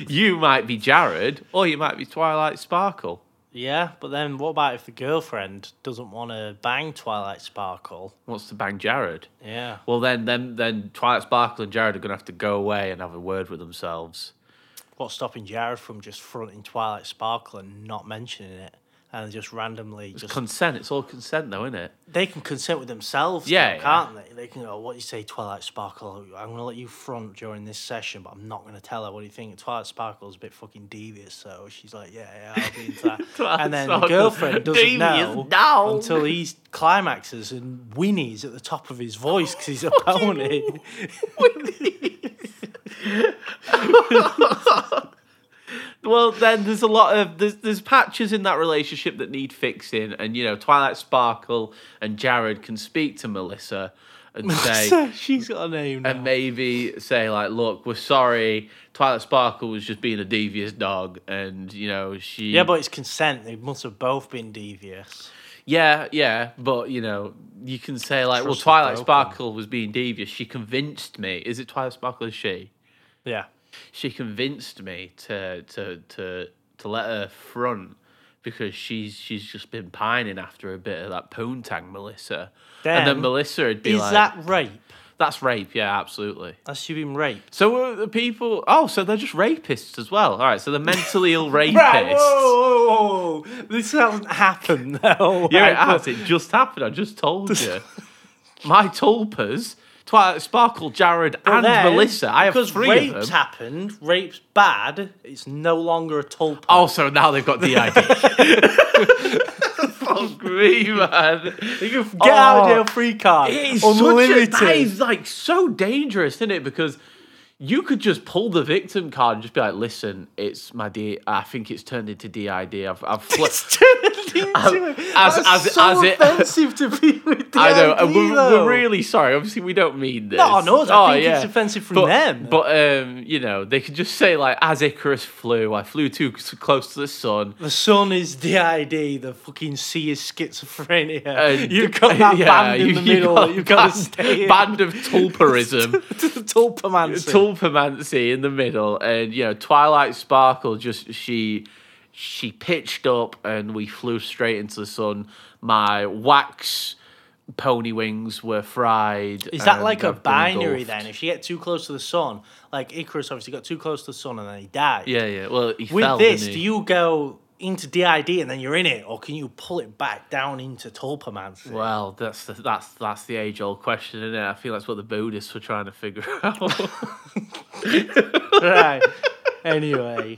A: you might be Jared or you might be Twilight Sparkle.
B: Yeah, but then what about if the girlfriend doesn't want to bang Twilight Sparkle?
A: Wants to bang Jared.
B: Yeah.
A: Well then then then Twilight Sparkle and Jared are gonna have to go away and have a word with themselves.
B: What's stopping Jared from just fronting Twilight Sparkle and not mentioning it? And just randomly just
A: Consent, it's all consent though, isn't it?
B: they can consent with themselves,
A: Yeah,
B: yeah,
A: yeah.
B: can't they? They can go, "What do you say, Twilight Sparkle? I'm gonna let you front during this session, but I'm not gonna tell her. What do you think? Twilight Sparkle's a bit fucking devious, so she's like, "Yeah, yeah, I'll be into that." and then the
A: Sparkle,
B: girlfriend doesn't
A: devious
B: know
A: now.
B: until he climaxes and whinnies at the top of his voice because he's opponent.
A: Well, then there's a lot of there's there's patches in that relationship that need fixing, and you know Twilight Sparkle and Jared can speak to Melissa and say
B: she's got a name.
A: and
B: Now.
A: maybe say like, look, we're sorry, Twilight Sparkle was just being a devious dog, and you know she
B: Yeah, but it's consent. They must have both been devious.
A: yeah yeah, but you know you can say like, well,
B: Trust is
A: Twilight
B: broken.
A: Sparkle was being devious. She convinced me. Is it Twilight Sparkle? or Is she?
B: Yeah.
A: she convinced me to to to to let her front because she's she's just been pining after a bit of that poontang Melissa, and then
B: Then,
A: Melissa would be
B: Is
A: like,
B: that rape?
A: That's rape. Yeah, absolutely.
B: That's you been raped.
A: So were the people? Oh, so they're just rapists as well. All right, so they're mentally ill rapists.
B: whoa, whoa, whoa. This hasn't happened though.
A: Yeah, it has. It just happened. I just told you. My tulpas, Twilight Sparkle, Jared, and Melissa. I have
B: because
A: three
B: rape's
A: of them.
B: happened, rape's bad, it's no longer a tulpa.
A: oh, so now they've got DID. Fuck me, man.
B: you can get out of
A: Oh.
B: jail free card.
A: It is
B: Unlimited.
A: Such a, that is like so dangerous, isn't it? Because you could just pull the victim card and just be like, "Listen, it's my D. I think it's turned into DID. I've, I've flipped."
B: It's turned into it.
A: As-
B: That's
A: as-
B: so
A: as it-
B: offensive to people with
A: I know.
B: DID,
A: and We're,
B: though.
A: we're really sorry. Obviously, we don't mean this. Oh,
B: Not on us. I think it's
A: yeah.
B: offensive from
A: but,
B: them.
A: But um, you know, they could just say like, "As Icarus flew, I flew too c- close to the sun."
B: The sun is DID, the fucking sea is schizophrenia.
A: And-
B: you've got that
A: yeah,
B: band in
A: you-
B: the
A: you
B: middle,
A: got
B: you've got
A: band-
B: to stay in.
A: Band of tulparism.
B: Tulpamancy.
A: Tulpamancy in the middle, and you know Twilight Sparkle. Just she, she pitched up, and we flew straight into the sun. My wax pony wings were fried.
B: Is that
A: and
B: like a
A: I've been
B: binary
A: engulfed.
B: then? If you get too close to the sun, like Icarus obviously got too close to the sun and then he died.
A: Yeah, yeah. Well, he
B: With
A: fell, didn't
B: this,
A: he?
B: do you go into DID and then you're in it, or can you pull it back down into Tulpamancy?
A: Well, that's the, that's that's the age old question, isn't it? I feel that's what the Buddhists were trying to figure out.
B: right. Anyway.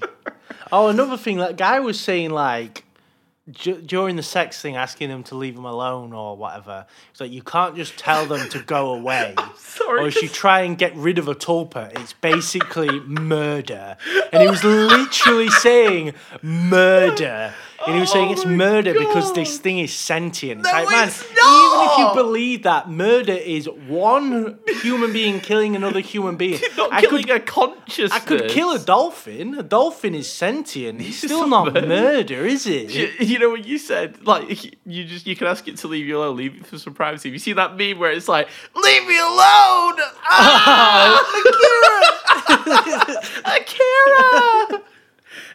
B: Oh, another thing, that guy was saying, like, d- during the sex thing, asking him to leave him alone or whatever. It's like, you can't just tell them to go away.
A: Sorry,
B: Or if you try and get rid of a tulpa, it's basically murder. And he was literally saying murder. And he was saying it's
A: Oh my
B: murder because
A: God.
B: this thing is sentient. It's
A: No,
B: like, man,
A: it's
B: even if you
A: not.
B: believe that, murder is one human being killing another human being.
A: not
B: I could
A: killing a consciousness.
B: I could kill a dolphin. A dolphin is sentient. It's still not
A: murder.
B: murder, is it?
A: You, you know what you said? Like you just you can ask it to leave you alone, leave it for some privacy. Have you seen that meme where it's like, leave me alone, ah, Akira, Akira.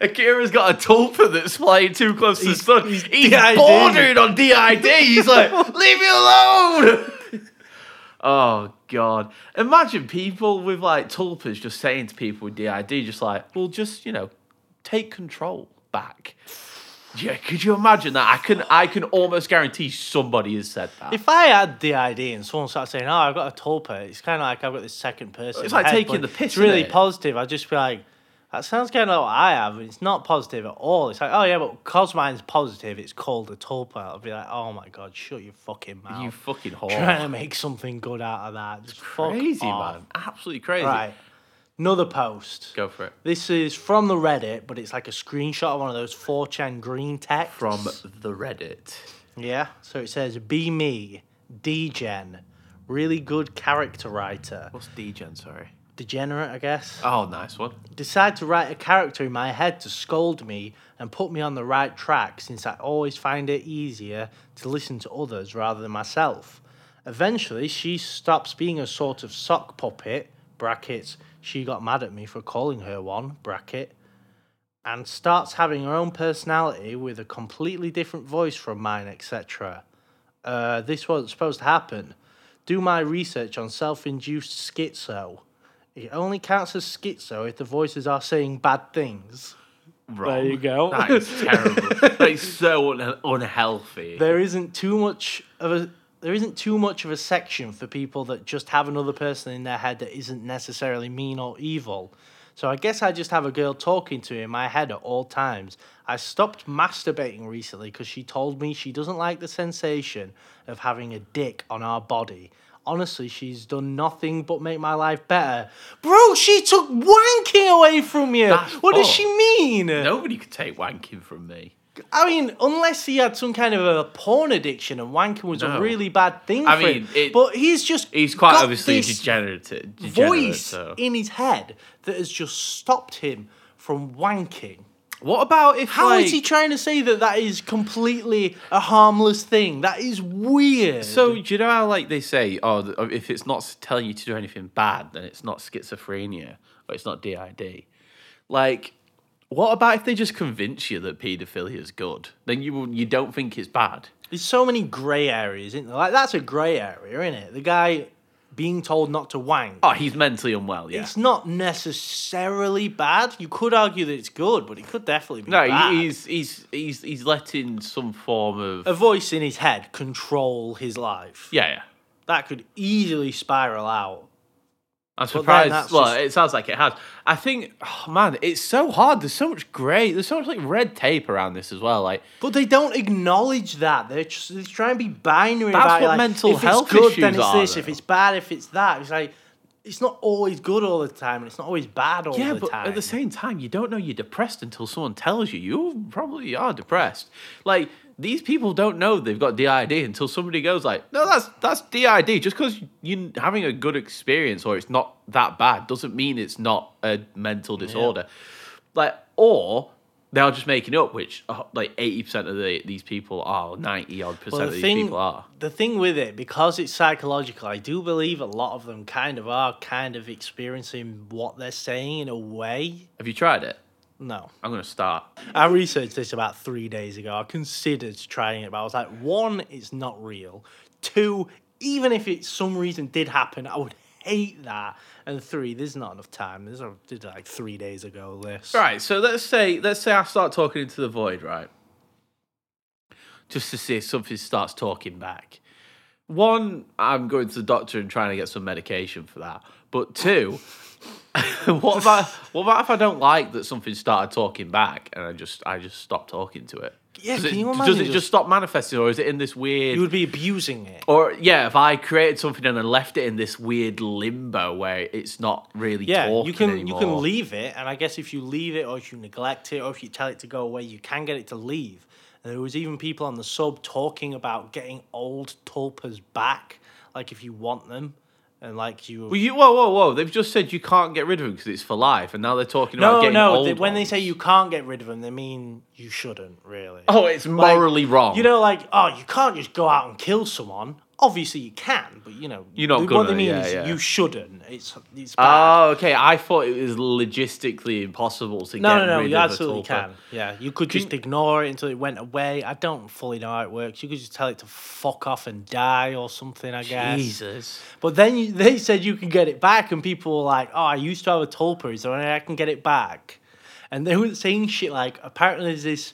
A: Akira's got a tulpa that's flying too close to the sun. He's,
B: DID.
A: bordering on DID. He's like, leave me alone. Oh god! Imagine people with like tulpas just saying to people with DID, just like, "Well, just you know, take control back." Yeah, could you imagine that? I can, I can almost guarantee somebody has said that.
B: If I had the ID and someone started saying, "Oh, I've got a tulpa," it's kind of like I've got this second person.
A: It's
B: in my
A: like
B: head,
A: taking
B: but
A: the piss,
B: It's really
A: innit?
B: positive. I'd just be like, "That sounds kind of like what I have." and It's not positive at all. It's like, "Oh yeah, but cause mine's positive, it's called a tulpa." I'll be like, "Oh my god, shut your fucking mouth!"
A: you fucking whore!
B: trying to make something good out of that. Just fuck
A: crazy
B: off.
A: man, absolutely crazy.
B: Right, another post.
A: Go for it.
B: This is from the Reddit, but it's like a screenshot of one of those 4chan green texts.
A: From the Reddit.
B: Yeah. So it says, Be me, D-Gen, really good character writer.
A: What's DGen? Sorry.
B: Degenerate, I guess.
A: Oh, nice one.
B: Decide to write a character in my head to scold me and put me on the right track since I always find it easier to listen to others rather than myself. Eventually, she stops being a sort of sock puppet, brackets, she got mad at me for calling her one, bracket, and starts having her own personality with a completely different voice from mine, etc. Uh, this wasn't supposed to happen. Do my research on self induced schizo. It only counts as schizo if the voices are saying bad things.
A: Wrong.
B: you go.
A: That is terrible. that is so un- unhealthy.
B: There isn't too much of a there isn't too much of a section for people that just have another person in their head that isn't necessarily mean or evil. So I guess I just have a girl talking to me in my head at all times. I stopped masturbating recently because she told me she doesn't like the sensation of having a dick on our body. Honestly, she's done nothing but make my life better. Bro, she took wanking away from you.
A: That's
B: what does
A: fucked.
B: she mean?
A: Nobody could take wanking from me.
B: I mean, unless he had some kind of a porn addiction and wanking was a
A: No.
B: really bad thing
A: I
B: for
A: mean,
B: him.
A: it-
B: but he's just
A: He's quite
B: got
A: obviously
B: this
A: degenerative. degenerate
B: voice
A: so.
B: in his head that has just stopped him from wanking.
A: What about if
B: How is
A: like,
B: he trying to say that that is completely a harmless thing? That is weird.
A: So do you know how like they say, oh, th- if it's not s- telling you to do anything bad, then it's not schizophrenia or it's not DID. Like, what about if they just convince you that paedophilia is good? Then you will- you don't think it's bad.
B: there's so many grey areas, isn't there? Like that's a grey area, isn't it? The guy being told not to wank.
A: Oh, he's mentally unwell. Yeah.
B: It's not necessarily bad. You could argue that it's good, but it could definitely be
A: No, he-
B: bad.
A: he's he's he's he's letting some form of
B: a voice in his head control his life.
A: yeah. yeah.
B: That could easily spiral out.
A: I'm
B: then
A: surprised.
B: that's
A: Well,
B: just-
A: it sounds like it has. I think, oh, man, it's so hard. There's so much grey. There's so much like red tape around this as well. Like
B: But they don't acknowledge that. They're just they try and be binary
A: That's
B: about it.
A: what
B: like,
A: mental
B: if it's
A: health
B: good,
A: issues
B: then it's
A: are,
B: this. If
A: though.
B: it's bad, if it's that. It's like it's not always good all the time, and it's not always bad all
A: Yeah,
B: the
A: but
B: time.
A: at the same time, you don't know you're depressed until someone tells you. You probably are depressed. Like these people don't know they've got DID until somebody goes like, "No, that's that's DID." Just because you're having a good experience or it's not that bad doesn't mean it's not a mental disorder. Like, or they are just making up, which uh, like eighty percent of the, these people are, ninety odd percent
B: Well,
A: of
B: the
A: these
B: thing,
A: people are.
B: the thing with it, because it's psychological, I do believe a lot of them kind of are kind of experiencing what they're saying in a way.
A: Have you tried it?
B: No.
A: I'm gonna start.
B: I researched this about three days ago. I considered trying it, but I was like, one, it's not real. Two, even if it some reason did happen, I would hate that. And three, there's not enough time. This I did like three days ago. This
A: Right, so let's say let's say I start talking into the void, right? Just to see if something starts talking back. One, I'm going to the doctor and trying to get some medication for that. But two, what about what about if I don't like that something started talking back and I just I just stop talking to it?
B: Yeah,
A: does
B: can
A: it,
B: you
A: does
B: imagine
A: it
B: just-
A: just stop manifesting, or is it in this weird?
B: you would be abusing it.
A: Or yeah, if I created something and then left it in this weird limbo where it's not really
B: Yeah,
A: talking
B: you can you
A: anymore.
B: can leave it, and I guess if you leave it, or if you neglect it, or if you tell it to go away, you can get it to leave. And there was even people on the sub talking about getting old tulpas back, like if you want them, and like you.
A: Well, you, whoa, whoa, whoa! They've just said you can't get rid of them because it's for life, and now they're talking about
B: No,
A: getting
B: no.
A: old.
B: they- when they
A: ones.
B: say you can't get rid of them, they mean you shouldn't really.
A: oh, it's
B: Like,
A: morally wrong.
B: You know, like oh, you can't just go out and kill someone. Obviously, you can, but you know,
A: You're not
B: what
A: gonna,
B: they mean
A: yeah,
B: is
A: yeah.
B: you shouldn't. It's it's bad.
A: Oh, okay. I thought it was logistically impossible to
B: no,
A: get
B: no, no.
A: rid
B: You
A: of
B: absolutely
A: a tulpa.
B: can. Yeah, you could just ignore it until it went away. I don't fully know how it works. You could just tell it to fuck off and die or something. I guess.
A: Jesus.
B: But then you, they said you can get it back, and people were like, "Oh, I used to have a tulpa, is there any way I can get it back?" And they were saying shit like, "Apparently, there's this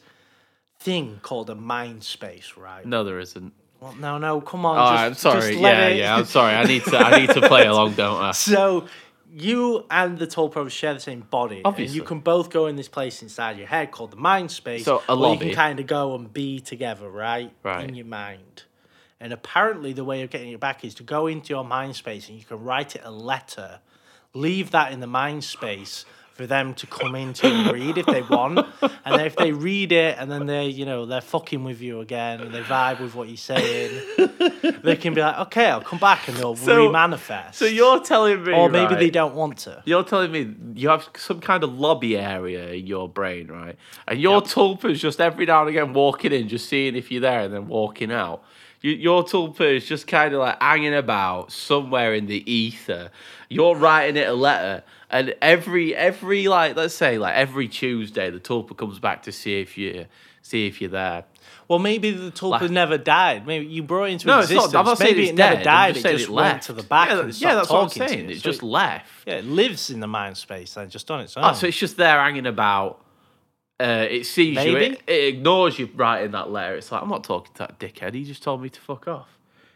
B: thing called a mind space, right?"
A: No, there isn't.
B: Well, no, no, come on.
A: Mm. Oh,
B: just,
A: I'm sorry.
B: just let
A: Yeah,
B: it-
A: yeah. I'm sorry. I need to. I need to play along, don't I?
B: So you and the tulpa share the same body, and
A: Obviously.
B: you can both go in this place inside your head called the mind space.
A: So, a
B: where you
A: lobby.
B: can kind of go and be together, right?
A: Right.
B: In your mind. And apparently, the way of getting it back is to go into your mind space and you can write it a letter, leave that in the mind space for them to come into and read if they want. And then if they read it and then they, you know, they're fucking with you again and they vibe with what you're saying, they can be like, okay, I'll come back and they'll
A: So-
B: remanifest.
A: So you're telling me,
B: Or maybe
A: right,
B: they don't want to.
A: You're telling me you have some kind of lobby area in your brain, right? And your tulpa is just every now and again walking in, just seeing if you're there, and then walking out. You, your tulpa is just kind of like hanging about somewhere in the ether. You're writing it a letter, and every every like let's say like every Tuesday, the tulpa comes back to see if you see if you're there.
B: Well, maybe the tulpa
A: Like-
B: never died. Maybe you brought it into
A: No, it's
B: existence.
A: not. I'm not saying
B: maybe
A: it's
B: it
A: dead.
B: never died.
A: I'm
B: it
A: just saying
B: just
A: it
B: went
A: left.
B: to the back
A: Yeah,
B: and
A: that-
B: stopped
A: yeah that's what I'm
B: talking to
A: saying.
B: you.
A: It
B: So
A: just left.
B: yeah, it lives in the mind space then, just on its own.
A: Oh, so it's just there hanging about. Uh, it sees you.
B: Maybe.
A: It, it ignores you writing that letter. It's like I'm not talking to that dickhead. He just told me to fuck off.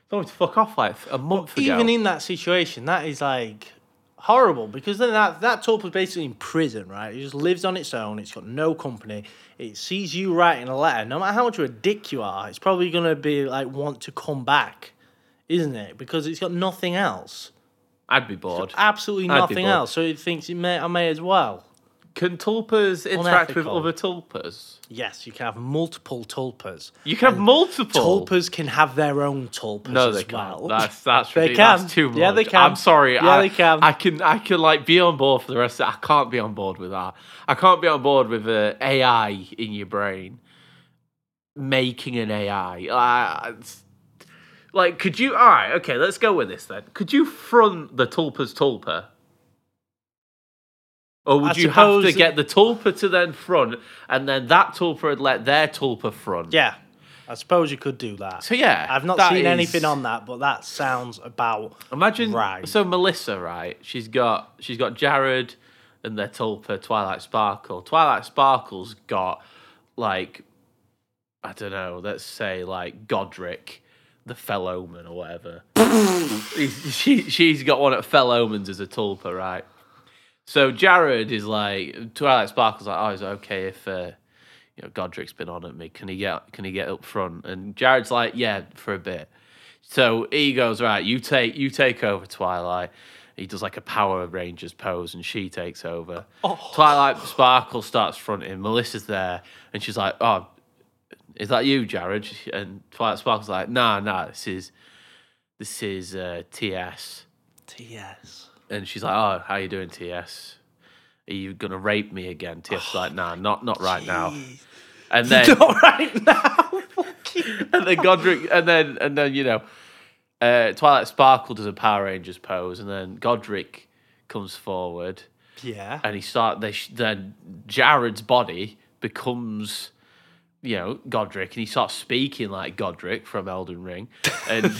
A: He told me to fuck off like a month ago.
B: Even in that situation, that is like horrible because then that that tulpa's basically in prison, right? It just lives on its own. It's got no company. It sees you writing a letter. No matter how much of a dick you are, it's probably gonna be like want to come back, isn't it? Because it's got nothing else.
A: I'd be bored.
B: Absolutely
A: I'd be
B: nothing
A: bored.
B: else. So it thinks it may, I may as well.
A: Can tulpas interact
B: Unethical.
A: with other tulpas?
B: Yes, you can have multiple tulpas.
A: You can have multiple.
B: Tulpas can have their own tulpas
A: No,
B: as
A: they
B: well.
A: can't. That's that's
B: They
A: ridiculous.
B: can.
A: That's too much.
B: Yeah, they can.
A: I'm sorry.
B: Yeah,
A: I,
B: they can.
A: I can I can like be on board for the rest. of I can't be on board with that. I can't be on board with uh, AI in your brain making an AI. Uh, it's- like, could you? All right, okay. Let's go with this then. Could you front the tulpa's tulpa? Or would
B: I
A: you have to
B: suppose-
A: get the tulpa to then front, and then that tulpa would let their tulpa front?
B: Yeah. I suppose you could do that.
A: So yeah,
B: I've not
A: that
B: seen
A: is- Um,
B: anything on that, but that sounds about
A: Imagine
B: right.
A: so Melissa, right? She's got she's got Jared and their tulpa Twilight Sparkle. Twilight Sparkle's got like I don't know, let's say like Godric, the Fell Omen or whatever. He's- she she's got one at Fell Omens as a tulpa, right? So Jared is like Twilight Sparkle's like, oh, is it okay if uh, you know Godric's been on at me? Can he get can he get up front? And Jared's like, yeah, for a bit. So he goes right. You take you take over Twilight. He does like a Power Rangers pose, and she takes over. Twilight Sparkle starts fronting. Melissa's there, and she's like, "Oh, is that you, Jared?" And Twilight Sparkle's like, "Nah, nah. This is this is uh, TS."
B: TS.
A: And she's like, "Oh, how you doing, TS? Are you gonna rape me again?" TS is like, "Nah, not not right now." And then
B: All right now. Fucking-
A: and then Godric, and then and then you know, uh, Twilight Sparkle does a Power Rangers pose, and then Godric comes forward,
B: yeah.
A: and he start they sh- then Jared's body becomes. You know Godric, and he starts speaking like Godric from Elden Ring, and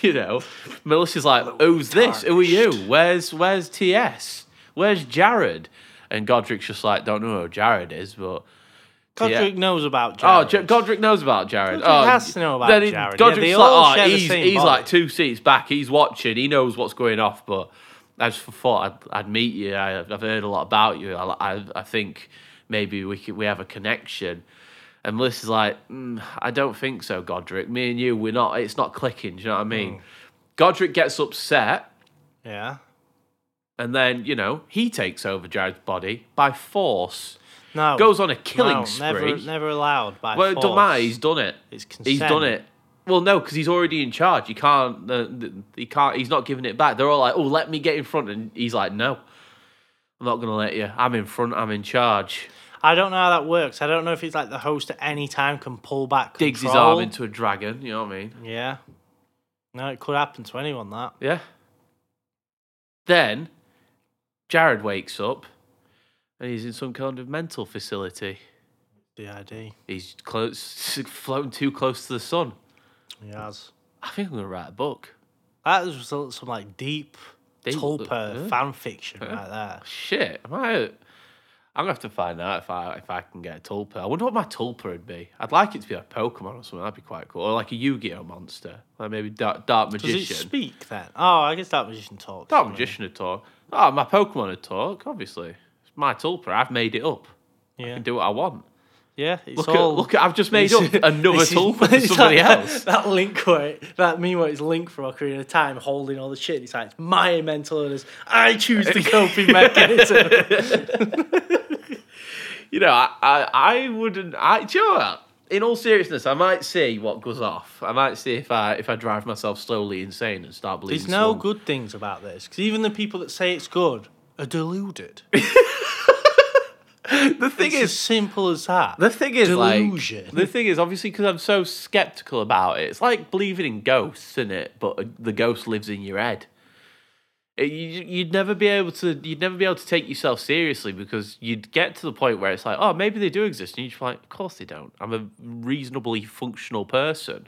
A: you know Melissa's like, "Who's this? Who are you? Where's Where's TS? Where's Jared?" And Godric's just like, "Don't know who Jared is, but
B: Godric knows about
A: Oh,
B: Jared.
A: J- Godric knows about Jared.
B: Godric
A: oh,
B: has to know about
A: then he-
B: Jared. Yeah,
A: Godric's
B: they
A: like,
B: all
A: oh,
B: share the
A: he's,
B: same
A: he's
B: body."
A: like two seats back. He's watching. He knows what's going off. But I just thought I'd, I'd meet you. I, I've heard a lot about you. I, I, I think maybe we could, we have a connection. And Melissa's like, mm, I don't think so, Godric. Me and you, we're not. It's not clicking. Do you know what I mean?
B: Mm.
A: Godric gets upset,
B: Yeah.
A: and then you know he takes over Jared's body by force.
B: No.
A: Goes on a killing
B: no,
A: spree.
B: Never, never allowed by
A: Well, it
B: force.
A: don't matter. He's done it.
B: It's
A: He's done
B: consent.
A: it. Well, no, because he's already in charge. He can't. Uh, th- he can't. He's not giving it back. They're all like, "Oh, let me get in front," and he's like, "No, I'm not gonna let you. I'm in front. I'm in charge."
B: I don't know how that works. I don't know if it's like the host at any time can pull back control.
A: Digs his arm into a dragon. You know what I mean?
B: Yeah. No, it could happen to anyone. That
A: Yeah. Then, Jared wakes up, and he's in some kind of mental facility.
B: BID.
A: He's close, floating too close to the sun.
B: He has.
A: I think I'm gonna write a book.
B: That was some some, like deep,
A: Deep,
B: tulpa
A: yeah.
B: fan fiction right there.
A: Shit, am I? I'm gonna have to find out if I if I can get a Tulpa. I wonder what my Tulpa would be. I'd like it to be a Pokemon or something. That'd be quite cool, or like a Yu-Gi-Oh monster, like maybe Dark, dark
B: Does it
A: Magician.
B: speak then? Oh, I guess that magician talks.
A: dark
B: doesn't it?
A: Magician would talk. Oh, my Pokemon would talk. Obviously, it's my Tulpa. I've made it up. I
B: Yeah.
A: can do what I want.
B: Yeah. It's
A: Look
B: all.
A: at look at. I've just made up
B: This is-
A: another
B: this is-
A: Tulpa for
B: it's
A: somebody
B: like
A: else.
B: That link where that meme where it's link for Ocarina of Time holding all the shit. It's like it's my mental illness. I choose the coping mechanism.
A: You know, I I, I wouldn't. I do you know what? In all seriousness, I might see what goes off. I might see if I if I drive myself slowly insane and start bleeding.
B: There's no
A: slung.
B: good things about this because even the people that say it's good are deluded.
A: The thing
B: It's
A: is,
B: as simple as that.
A: The thing is,
B: Delusion.
A: like, the thing is, obviously, because I'm so skeptical about it, it's like believing in ghosts, isn't it? But uh, the ghost lives in your head. It- you, you'd never be able to. You'd never be able to take yourself seriously because you'd get to the point where it's like, oh, maybe they do exist, and you're just like, of course they don't. I'm a reasonably functional person.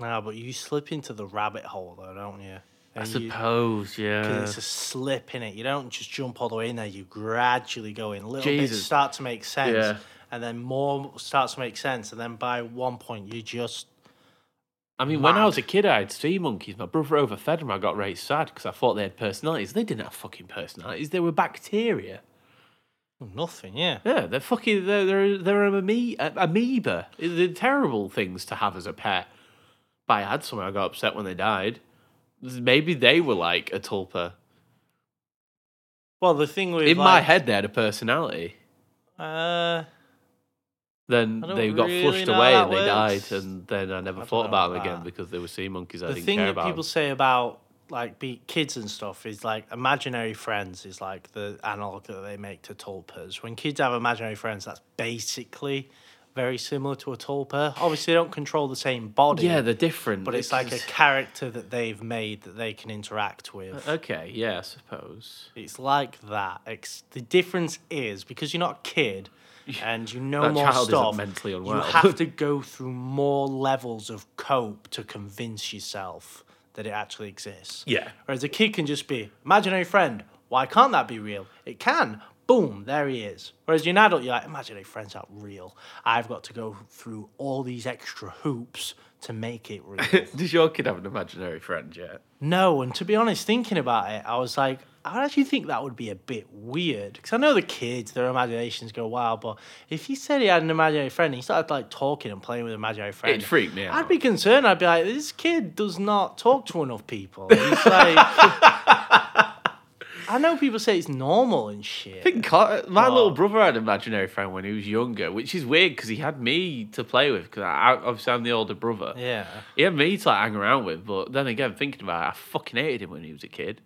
B: No, but you slip into the rabbit hole though, don't you?
A: I
B: And you-
A: suppose, yeah.
B: it's a slip in it. You don't just jump all the way in there. You gradually go in. Little
A: Jesus.
B: bits start to make sense,
A: Yeah.
B: and then more starts to make sense, and then by one point you just
A: I mean, when I
B: mad.
A: was a kid, I had sea monkeys. My brother overfed them. I got really sad because I thought they had personalities. They didn't have fucking personalities. They were bacteria.
B: nothing. Yeah,
A: Yeah, they're fucking they're they're, they're an ame- a- amoeba. They're terrible things to have as a pet. But I had someone I got upset when they died. Maybe they were like a tulpa.
B: Well, the thing with
A: In my
B: like,
A: head, they had a personality.
B: uh,
A: Then
B: I don't
A: they got
B: really
A: flushed
B: know
A: away
B: how
A: and they
B: that works.
A: died, and then I never
B: don't
A: thought
B: know
A: about them
B: about
A: again
B: that.
A: because they were sea monkeys. I
B: the
A: didn't
B: thing
A: care
B: that
A: about.
B: people
A: 'em.
B: say about like be kids and stuff is like imaginary friends is like the analog that they make to tulpas. When kids have imaginary friends, that's basically very similar to a tulpa. Obviously, they don't control the same body.
A: Yeah, they're different.
B: but it's like a character that they've made that they can interact with.
A: okay, yeah, I suppose.
B: It's like that. Ex- the difference is because you're not a kid, and you know
A: That
B: more
A: child isn't
B: stuff.
A: mentally
B: You
A: unwell.
B: have to go through more levels of cope to convince yourself that it actually exists.
A: Yeah.
B: Whereas a kid can just be imaginary friend. Why can't that be real? It can. Boom, there he is. Whereas you're an adult, you're like, imaginary friends aren't real. I've got to go through all these extra hoops to make it real.
A: Does your kid have an imaginary friend yet?
B: No, and to be honest, thinking about it, I was like, I would actually think that would be a bit weird because I know the kids, their imaginations go wild. But if he said he had an imaginary friend, and he started like talking and playing with imaginary friends.
A: It'd freak me out.
B: I'd be concerned. I'd be like, this kid does not talk to enough people. He's like, I know people say it's normal and shit.
A: I think Car- my
B: What?
A: little brother had an imaginary friend when he was younger, which is weird because he had me to play with because I, I, obviously I'm the older brother.
B: Yeah.
A: He had me to like, hang around with, but then again, thinking about it, I fucking hated him when he was a kid.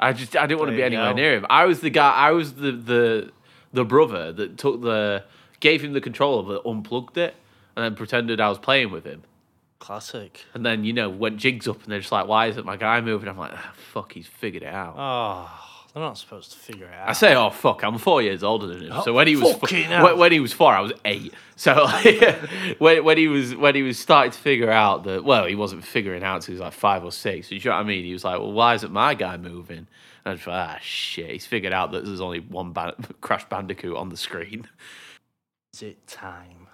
A: I just I didn't want to
B: There
A: be
B: you
A: anywhere
B: go.
A: near him. I was the guy. I was the the the brother that took the gave him the controller but unplugged it and then pretended I was playing with him.
B: Classic.
A: And then you know went jigs up and they're just like, why isn't my guy moving? I'm like, "Ah, fuck, he's figured it out.
B: Oh, they're not supposed to figure it out.
A: I say, oh fuck, I'm four years older than him. so when he was fo-
B: Oh, fucking hell.
A: when, when he was four, I was eight. So like, when when he was when he was starting to figure out that well, he wasn't figuring out till he was like five or six. You know what I mean? He was like, well, why isn't my guy moving? And I was like, ah shit, he's figured out that there's only one ban- Crash Bandicoot on the screen.
B: Is it time?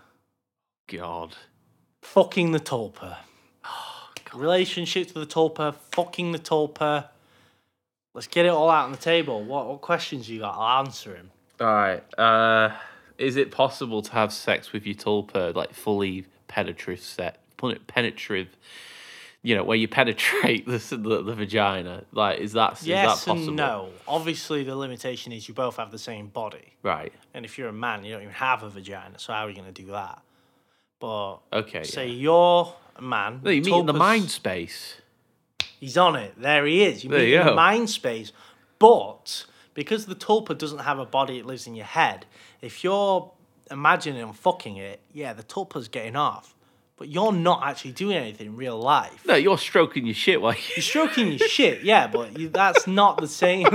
A: God,
B: fucking the tulpa. Relationships with the tulpa, fucking the tulpa. Let's get it all out on the table. What what questions you got? I'll answer him.
A: all right. Uh, is it possible to have sex with your tulpa like fully penetrative set? Penetrative. You know where you penetrate the, the, the vagina, like is that is
B: yes
A: that possible?
B: and no. Obviously, the limitation is you both have the same body,
A: Right.
B: and if you're a man, you don't even have a vagina. So how are you going to do that? But
A: Okay.
B: say you're a man.
A: yeah. Oh, you meet in the
B: tulpa's-
A: mind space.
B: He's on it. There he is. You
A: There
B: meet
A: you
B: in the
A: go.
B: mind space. But because the tulpa doesn't have a body, it lives in your head. If you're imagining and fucking it, yeah, the tulpa's getting off. But you're not actually doing anything in real life.
A: No, you're stroking your shit while
B: You're
A: you,
B: stroking your shit, yeah, but you, that's not the same. you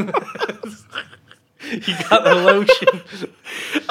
B: got the lotion.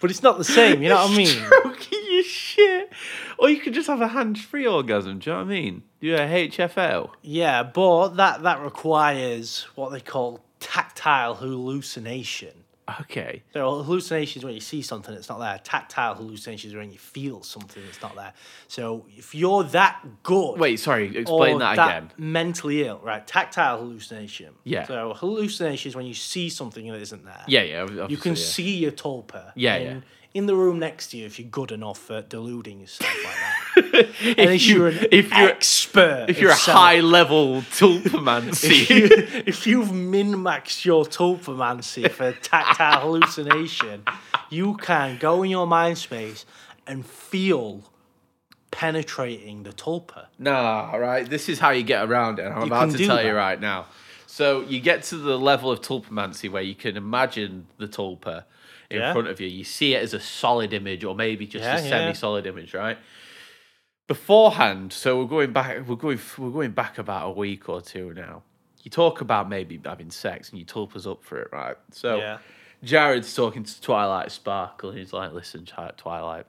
B: but it's not the same, you know what I mean?
A: stroking your shit. Or you could just have a hands-free orgasm. Do you know what I mean? Do a HFL.
B: Yeah, but that, that requires what they call tactile hallucination.
A: Okay.
B: So hallucinations when you see something that's not there. Tactile hallucinations when you feel something that's not there. So if you're that good,
A: Wait, sorry.
B: or
A: Explain that, again.
B: Mentally ill, right? Tactile hallucination.
A: Yeah.
B: So hallucination is when you see something that isn't there.
A: Yeah, yeah. ob-
B: You can
A: obviously, yeah.
B: see your tulpa.
A: Yeah,
B: in,
A: yeah.
B: in the room next to you if you're good enough at deluding yourself like that. Unless
A: you-
B: you, are an
A: if you're-
B: expert.
A: If you're a
B: at selling.
A: high-level tulpamancy,
B: if you've min maxed your topomancy for tactile hallucination, you can go in your mind space and feel penetrating the tulpa.
A: Nah, right. This is how you get around it. and I'm about
B: can
A: to
B: do
A: tell you
B: that.
A: right now. So you get to the level of tulpamancy where you can imagine the tulpa in
B: Yeah.
A: front of you. You see it as a solid image, or maybe just
B: Yeah,
A: a
B: yeah.
A: semi-solid image, right? Beforehand, so we're going back. We're going. We're going back about a week or two now. You talk about maybe having sex, and you tulpa's up for it, right? So
B: Yeah.
A: Jared's talking to Twilight Sparkle, and he's like, "Listen, Twi- Twilight,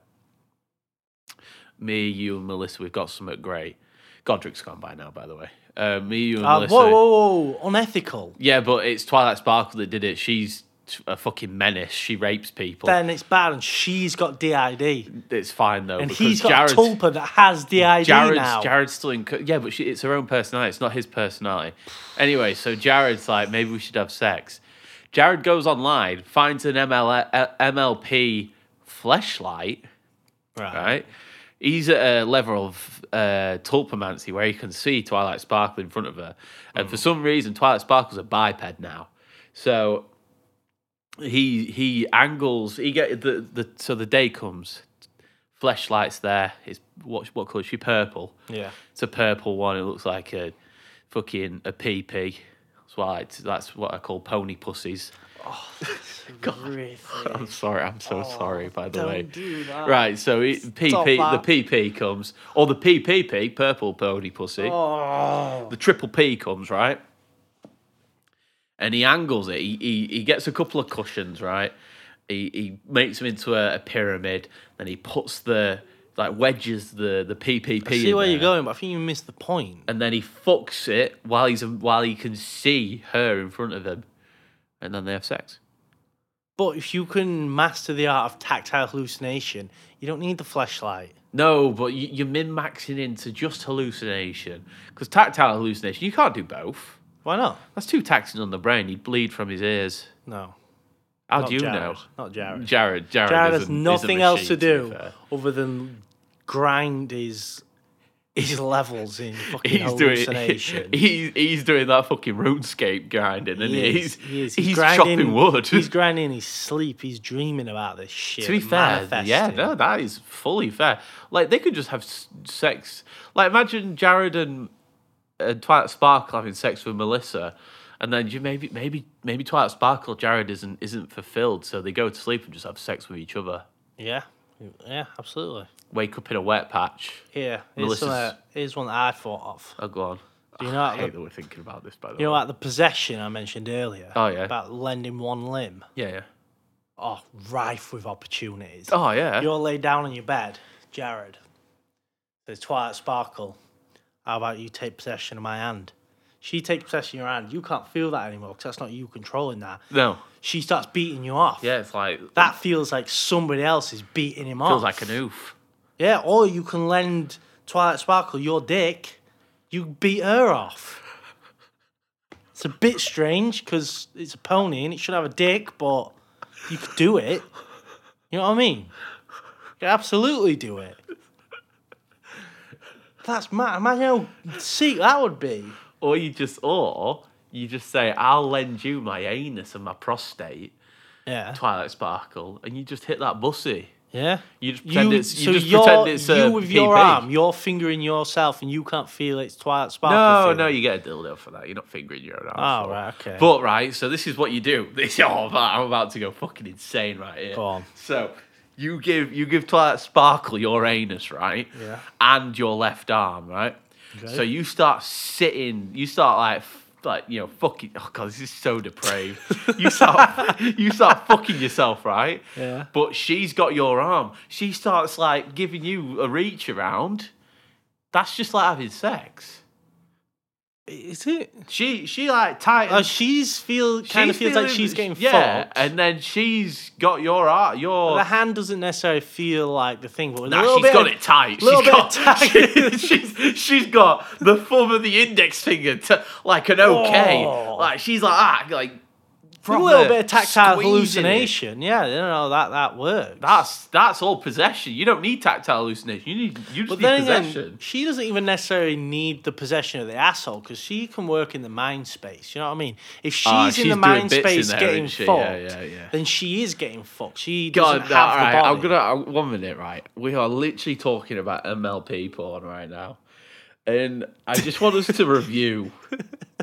A: me, you, and Melissa, we've got something great. Godric's gone by now, by the way. Uh, me, you, and
B: Uh,
A: Melissa.
B: whoa, whoa, whoa, unethical.
A: Yeah, but it's Twilight Sparkle that did it. She's t- a fucking menace. She rapes people.
B: Then it's bad, and she's got DID,
A: it's fine though.
B: and
A: because
B: he's got
A: Jared's-
B: a tulpa that has DID
A: Jared's
B: now.
A: Jared's still in. co- Yeah, but she, it's her own personality. It's not his personality. Anyway, so Jared's like, maybe we should have sex. Jared goes online, finds an ML, uh, MLP fleshlight. right? He's at a level of uh, tulpamancy where he can see Twilight Sparkle in front of her, and for some reason, Twilight Sparkle's a biped now, so he he angles. He get the, the so the day comes, fleshlights there. It's what what colour? is She purple.
B: Yeah.
A: It's a purple one. It looks like a fucking a PP. That's why I, that's what I call pony pussies.
B: Horrific.
A: I'm sorry. I'm so sorry. By the
B: Oh, don't
A: way,
B: do that.
A: right? So it, PP,
B: that.
A: the PP comes, or the PPP, purple pony pussy.
B: Oh.
A: The triple P comes, right? And he angles it. He, he he gets a couple of cushions, right? He he makes them into a, a pyramid, then he puts the like wedges the the PPP.
B: I see
A: in
B: where
A: there,
B: you're going, but I think you missed the point.
A: And then he fucks it while he's while he can see her in front of him, and then they have sex.
B: But if you can master the art of tactile hallucination, you don't need the flashlight.
A: No, but you, you're min maxing into just hallucination because tactile hallucination you can't do both.
B: Why not?
A: That's too taxing on the brain. He'd bleed from his ears.
B: No.
A: How
B: Not
A: do you
B: Jared.
A: know?
B: Not Jared.
A: Jared, Jared,
B: Jared
A: is a-
B: has
A: is a
B: nothing else
A: machine,
B: to
A: be
B: do
A: fair.
B: other than grind his his levels in fucking
A: He's
B: hallucination.
A: doing he's, he's doing that fucking RuneScape grinding, and
B: He
A: he's
B: is, he is.
A: he's, chopping wood.
B: He's grinding in his sleep. He's dreaming about this shit.
A: to be fair, yeah,
B: manifesting.
A: no, that is fully fair. Like they could just have s- sex. Like imagine Jared and and Twilight Sparkle having sex with Melissa, and then you maybe maybe maybe Twilight Sparkle Jared isn't isn't fulfilled, so they go to sleep and just have sex with each other.
B: Yeah, yeah, absolutely.
A: Wake up in a wet patch.
B: Here, here's,
A: Melissa's-
B: some, uh, here's one I thought of.
A: Oh, go on.
B: Do you know
A: I
B: what
A: hate
B: the,
A: that we're thinking about this. By the
B: you know
A: way,
B: what the possession I mentioned earlier?
A: Oh, yeah.
B: about lending one limb.
A: yeah, yeah.
B: Oh, rife with opportunities.
A: Oh yeah.
B: You're laid down on your bed, Jared. Says Twilight Sparkle, how about you take possession of my hand? She takes possession of your hand. You can't feel that anymore because that's not you controlling that.
A: no.
B: She starts beating you off.
A: Yeah, it's like
B: That feels like somebody else is beating him
A: feels
B: off.
A: like an oof.
B: yeah, or you can lend Twilight Sparkle your dick. You beat her off. It's a bit strange because it's a pony and it should have a dick, but you could do it. You know what I mean? You could absolutely do it. That's mad. Imagine how sick that would be.
A: Or you just or you just say, I'll lend you my anus and my prostate,
B: Yeah.
A: Twilight Sparkle, and you just hit that bussy.
B: Yeah.
A: You just pretend it's you just
B: you're-
A: pretend it's uh, a
B: you with your
A: PP.
B: arm, you're fingering yourself, and you can't feel it's Twilight Sparkle.
A: No,
B: feeling.
A: no, you get a dildo for that. You're not fingering your own arm.
B: Oh, right, okay.
A: But right, so this is what you do. This oh, man, I'm about to go fucking insane right here.
B: Go on.
A: So you give you give Twilight Sparkle your anus, right?
B: Yeah.
A: And your left arm, right?
B: Okay.
A: So you start sitting. You start like. f- Like you know, fucking oh god, this is so depraved. You start, you start fucking yourself, right?
B: Yeah.
A: But she's got your arm. She starts like giving you a reach around. That's just like having sex.
B: Is it?
A: She she like tight.
B: Oh, she's feel kind of feels like she's getting
A: yeah,
B: fucked.
A: and then she's got your art, your.
B: the hand doesn't necessarily feel like the thing, but with a
A: Nah,
B: little
A: she's
B: bit
A: got
B: of-
A: it tight.
B: little
A: She's
B: bit
A: got,
B: of tight.
A: she's, she's got the thumb of the index finger to like an okay.
B: Oh.
A: Like she's like ah, like
B: with a
A: proper
B: little bit of tactile
A: squeezing it.
B: hallucination. Yeah, you know that that works.
A: That's that's all possession. You don't need tactile hallucination. You need you just
B: but
A: need
B: then
A: possession.
B: again, she doesn't even necessarily need the possession of the asshole because she can work in the mind space. You know what I mean? If she's,
A: Ah, she's
B: in the
A: doing
B: mind
A: bits in
B: space
A: there,
B: getting
A: isn't she?
B: fucked,
A: Yeah, yeah, yeah.
B: then she is getting fucked. She
A: God,
B: doesn't have
A: no,
B: the
A: alright, I'm
B: body.
A: gonna I, one minute, right? We are literally talking about MLP porn right now, and I just want us to review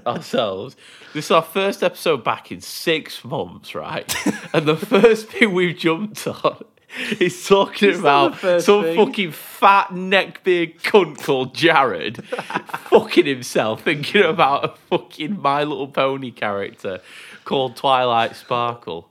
A: ourselves. This is our first episode back in six months, right? and the first thing we've jumped on. is talking
B: not the
A: about
B: first
A: some
B: thing.
A: fucking fat neckbeard cunt called Jared fucking himself, thinking about a fucking My Little Pony character called Twilight Sparkle.